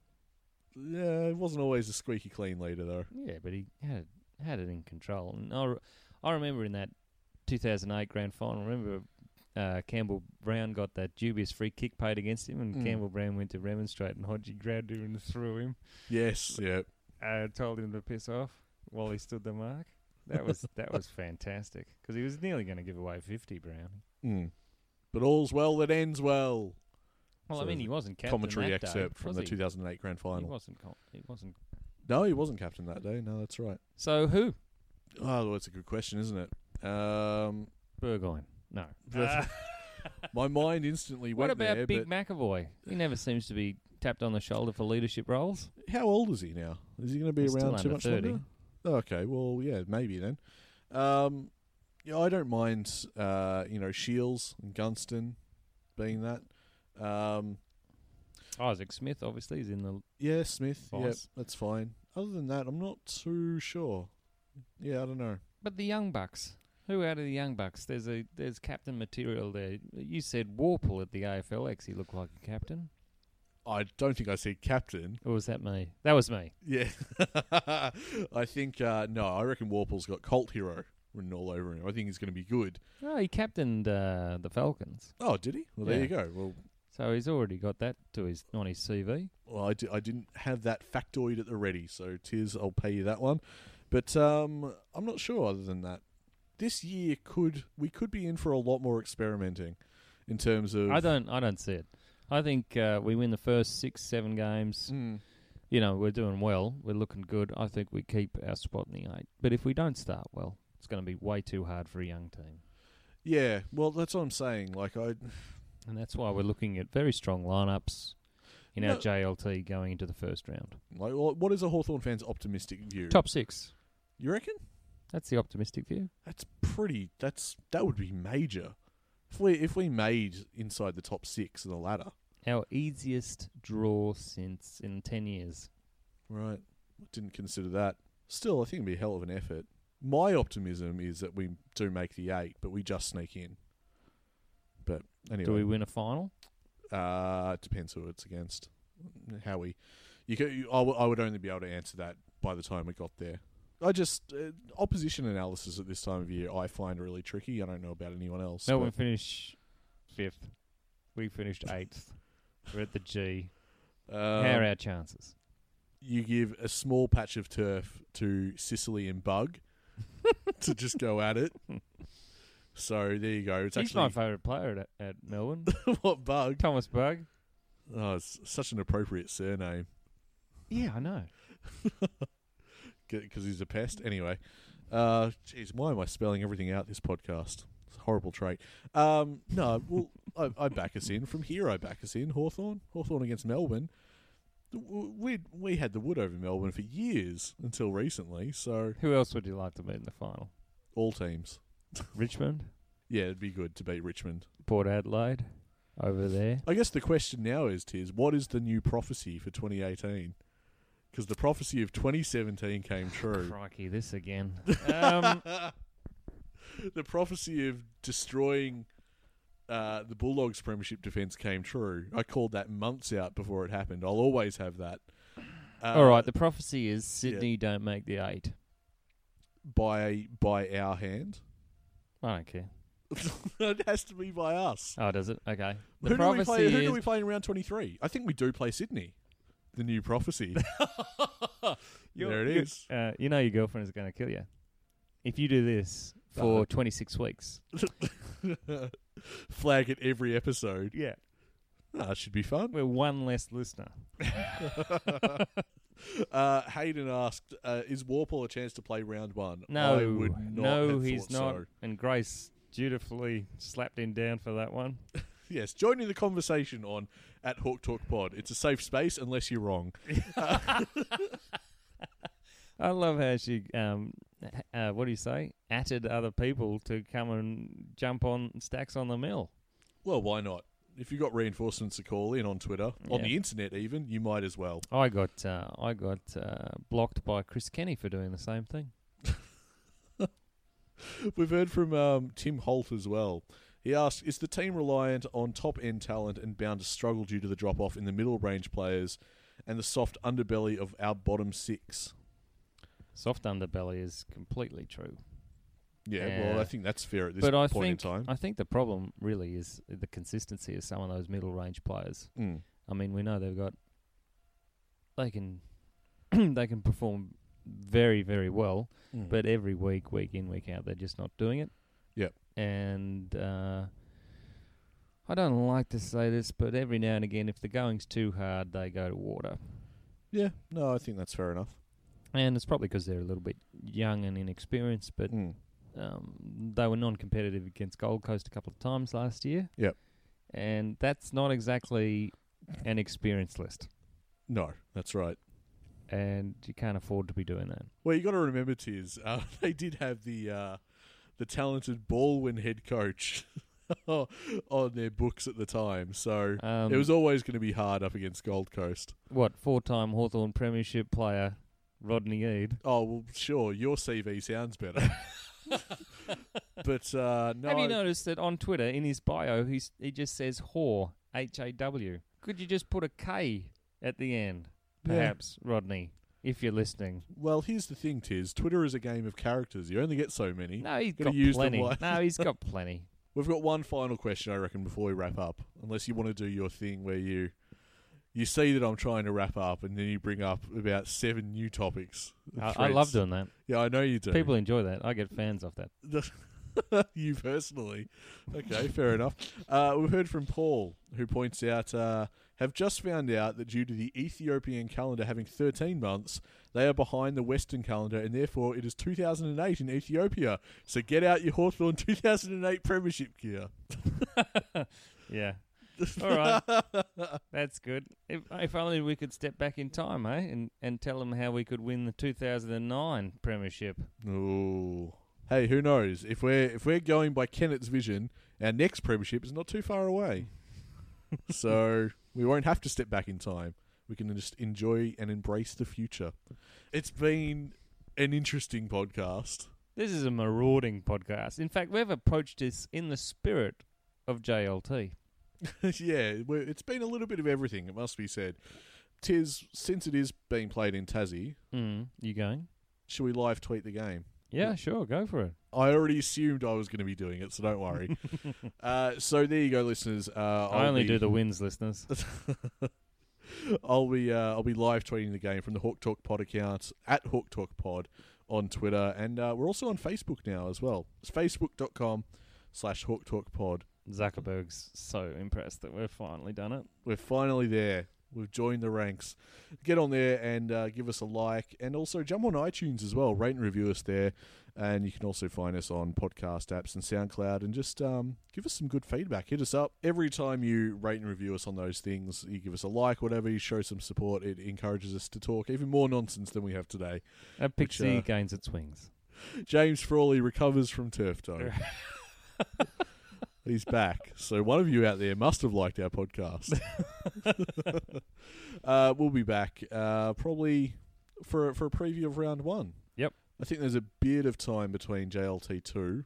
S4: Yeah, he wasn't always a squeaky clean leader, though.
S5: Yeah, but he had had it in control. And I, re- I remember in that 2008 grand final, remember uh, Campbell Brown got that dubious free kick paid against him, and
S4: Mm.
S5: Campbell Brown went to remonstrate, and Hodgie grabbed him and threw him,
S4: Yes, yeah.
S5: uh, told him to piss off while he stood the mark. That was that was fantastic because he was nearly going to give away 50 Brown.
S4: Mm. But all's well that ends well.
S5: Well,
S4: So
S5: I mean,
S4: there's
S5: he wasn't captain
S4: Commentary
S5: that day,
S4: excerpt from
S5: was
S4: the
S5: he?
S4: 2008 Grand
S5: He
S4: Final.
S5: wasn't. com- He wasn't.
S4: no, he wasn't captain that day. No, that's right.
S5: So who?
S4: Oh, well, that's a good question, isn't it? Um,
S5: Burgoyne. No.
S4: The- my mind instantly
S5: What
S4: went
S5: about
S4: there.
S5: Big
S4: but
S5: McAvoy? He never seems to be tapped on the shoulder for leadership roles.
S4: how old is he now? Is he going to be
S5: He's still
S4: around too
S5: under
S4: much
S5: 30.
S4: longer? Okay, well, yeah, maybe then. Um, yeah, I don't mind, uh, you know, Shields and Gunston being that. Um,
S5: Isaac Smith, obviously, is in the.
S4: yeah, Smith, yeah,
S5: Boss.
S4: that's fine. Other than that, I'm not too sure. Yeah, I don't know.
S5: But the Young Bucks. Who out of the Young Bucks? There's a there's captain material there. You said Warple at the AFLX. He looked like a captain.
S4: I don't think I said captain.
S5: Or was that me? That was me.
S4: Yeah, I think uh, no. I reckon Warple's got cult hero written all over him. I think he's going to be good.
S5: Oh, he captained uh, the Falcons.
S4: Oh, did he? Well, there
S5: Yeah.
S4: you go. Well,
S5: So he's already got that to his on his CV.
S4: Well, I, di- I didn't have that factoid at the ready, so tis I'll pay you that one. But um, I'm not sure. Other than that, this year could we could be in for a lot more experimenting in terms of
S5: I don't I don't see it. I think uh, we win the first six seven games.
S4: Mm.
S5: You know we're doing well. We're looking good. I think we keep our spot in the eight. But if we don't start well, it's going to be way too hard for a young team.
S4: Yeah, well, that's what I'm saying. Like I,
S5: And that's why we're looking at very strong lineups in our
S4: No.
S5: JLT going into the first round.
S4: like well, what is a Hawthorn fan's optimistic view?
S5: Top six.
S4: You reckon?
S5: That's the optimistic view.
S4: That's pretty. That's that would be major. If we if we made inside the top six in the ladder,
S5: Our easiest draw since in ten years.
S4: Right. Didn't consider that. Still, I think it'd be a hell of an effort. My optimism is that we do make the eight, but we just sneak in. But anyway,
S5: Do we win a final?
S4: uh, it depends who it's against. How we, you, could, you I, w- I would only be able to answer that by the time we got there. I just uh, opposition analysis at this time of year I find really tricky. I don't know about anyone else.
S5: No, we
S4: but-
S5: finish fifth. We finished eighth. We're at the G.
S4: Um,
S5: How are our chances?
S4: you give a small patch of turf to Sicily and Bug, to just go at it. So there you go. It's
S5: He's my
S4: actually
S5: favourite player at, at Melbourne,
S4: what bug.
S5: Thomas Bug.
S4: Oh, it's such an appropriate surname
S5: Yeah, I know.
S4: because he's a pest. Anyway, uh, geez, why am I spelling everything out this podcast? It's a horrible trait. Um, no, well, I, I back us in from here. I back us in Hawthorn. Hawthorn against Melbourne. W- We we had the wood over Melbourne for years until recently. So
S5: Who else would you like to meet in the final?
S4: all teams,
S5: Richmond,
S4: yeah, it'd be good to beat Richmond.
S5: Port Adelaide, over there.
S4: I guess the question now is, Tiz, what is the new prophecy for 2018? Because the prophecy of 2017 came true.
S5: Crikey, this again. Um,
S4: the prophecy of destroying uh, the Bulldogs' premiership defence came true. I called that months out before it happened. I'll always have that. Uh,
S5: all right, the prophecy is Sydney don't make the eight.
S4: By by our hand,
S5: I don't care.
S4: it has to be by us.
S5: Oh, does it? Okay.
S4: Who
S5: The
S4: do we
S5: prophecy
S4: play? Who
S5: is
S4: do we play in round twenty three? I think we do play Sydney. The new prophecy. there it is.
S5: Uh, you know your girlfriend is going to kill you if you do this
S4: Uh-huh.
S5: for 26 weeks.
S4: Flag at every episode.
S5: Yeah.
S4: Ah, that should be fun.
S5: We're one less listener.
S4: Uh, Hayden asked, uh, "Is Warpole a chance to play round one?"
S5: No,
S4: I would not
S5: no,
S4: have
S5: he's
S4: thought
S5: not.
S4: so.
S5: And Grace dutifully slapped him down for that one.
S4: Yes, joining the conversation on at Hawk Talk Pod. It's a safe space unless you're wrong.
S5: I love how she, um, h- uh, what do you say, atted other people to come and jump on stacks on the mill.
S4: Well, why not? If you got reinforcements to call in on Twitter, on
S5: Yeah.
S4: the internet even, you might as well.
S5: I got, uh, I got uh, blocked by Chris Kenny for doing the same thing.
S4: We've heard from um, Tim Holt as well. He asked, "Is the team reliant on top end talent and bound to struggle due to the drop off in the middle range players and the soft underbelly of our bottom six?
S5: Soft underbelly is completely true.
S4: Yeah, well,
S5: Yeah.
S4: I think that's fair at this
S5: but I
S4: point
S5: think
S4: in time.
S5: I think the problem really is the consistency of some of those middle range players.
S4: Mm.
S5: I mean, we know they've got they can they can perform very very well,
S4: Mm.
S5: but every week, week in, week out, they're just not doing it.
S4: Yep.
S5: And uh, I don't like to say this, but every now and again, if the going's too hard, they go to water,
S4: yeah, no, I think that's fair enough.
S5: and it's probably because they're a little bit young and inexperienced, but
S4: Mm.
S5: um, they were non-competitive against Gold Coast a couple of times last year.
S4: Yep.
S5: and that's not exactly an experience list,
S4: No, that's right.
S5: and you can't afford to be doing that.
S4: Well, you got to remember, Tiz, uh, they did have the uh, the talented Baldwin head coach on their books at the time, so
S5: Um,
S4: it was always going to be hard up against Gold Coast.
S5: What four-time Hawthorn Premiership player Rodney Eade?
S4: Oh well, sure, your CV sounds better, but uh, no,
S5: Have you noticed that on Twitter in his bio he's, he just says "whore" H A W? Could you just put a K at the end,
S4: Yeah.
S5: perhaps, Rodney, if you're listening?
S4: well, here's the thing, Tiz. Twitter is a game of characters. You only get so many.
S5: No, he's
S4: Gotta
S5: got
S4: use them
S5: plenty.
S4: wi-
S5: No, he's got plenty.
S4: We've got one final question, I reckon, before we wrap up. Unless you want to do your thing where you you see that I'm trying to wrap up, and then you bring up about seven new topics. and
S5: I, I love
S4: threads.
S5: doing that.
S4: Yeah, I know you do.
S5: People enjoy that. I get fans off that.
S4: you personally. Okay, fair enough. Uh, we've heard from Paul, who points out uh, have just found out that due to the Ethiopian calendar having 13 months, they are behind the Western calendar, and therefore it is 2008 in Ethiopia. So get out your Hawthorn 2008 Premiership gear.
S5: Yeah. All right. That's good. If, if only we could step back in time, eh? And, and tell them how we could win the 2009 Premiership.
S4: Ooh. Hey, who knows? If we're if we're going by Kennett's vision, our next premiership is not too far away. so we won't have to step back in time. We can just enjoy and embrace the future. It's been an interesting podcast.
S5: This is a marauding podcast. In fact, we've approached this in the spirit of JLT.
S4: yeah, we're, it's been a little bit of everything, it must be said. Tis since it is being played in Tassie,
S5: Mm. You going?
S4: shall we live tweet the game?
S5: Yeah, sure. Go for it.
S4: I already assumed I was going to be doing it, so don't worry. uh, so there you go, listeners. Uh,
S5: I
S4: I'll
S5: only
S4: be-
S5: do the wins, listeners.
S4: I'll be uh, I'll be live tweeting the game from the Hawk Talk Pod account at Hawk Talk Pod on Twitter, and uh, we're also on Facebook now as well. It's facebook.com slash Hawk Talk Pod.
S5: Zuckerberg's so impressed that we've finally done it.
S4: We're finally there. We've joined the ranks. Get on there and uh, give us a like, and also jump on iTunes as well. Rate and review us there, and you can also find us on podcast apps and SoundCloud. And just um, give us some good feedback. Hit us up every time you rate and review us on those things. You give us a like, whatever. You show some support. It encourages us to talk even more nonsense than we have today.
S5: A pixie
S4: uh,
S5: gains its wings.
S4: James Frawley recovers from turf toe. He's back. So one of you out there must have liked our podcast. uh, we'll be back uh, probably for for a preview of round one.
S5: Yep.
S4: I think there's a bit of time between JLT two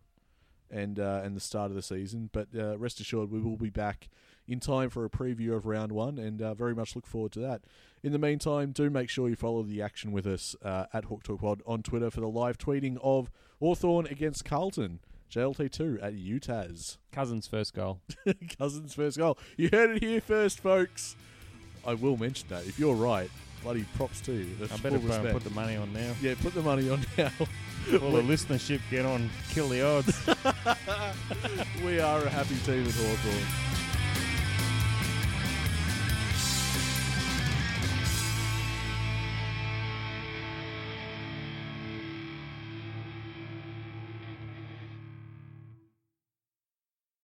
S4: and uh, and the start of the season, but uh, rest assured we will be back in time for a preview of round one, and uh, very much look forward to that. In the meantime, do make sure you follow the action with us uh, at Hawk Talk Pod on Twitter for the live tweeting of Hawthorn against Carlton. JLT2 at UTAS.
S5: Cousins' first goal.
S4: Cousins first goal. You heard it here first, folks. I will mention that. If you're right, bloody props to you. That's
S5: I better
S4: full
S5: go and
S4: respect.
S5: put the money on now.
S4: yeah, put the money on now.
S5: All the listenership get on, kill the odds.
S4: we are a happy team at Hawthorn.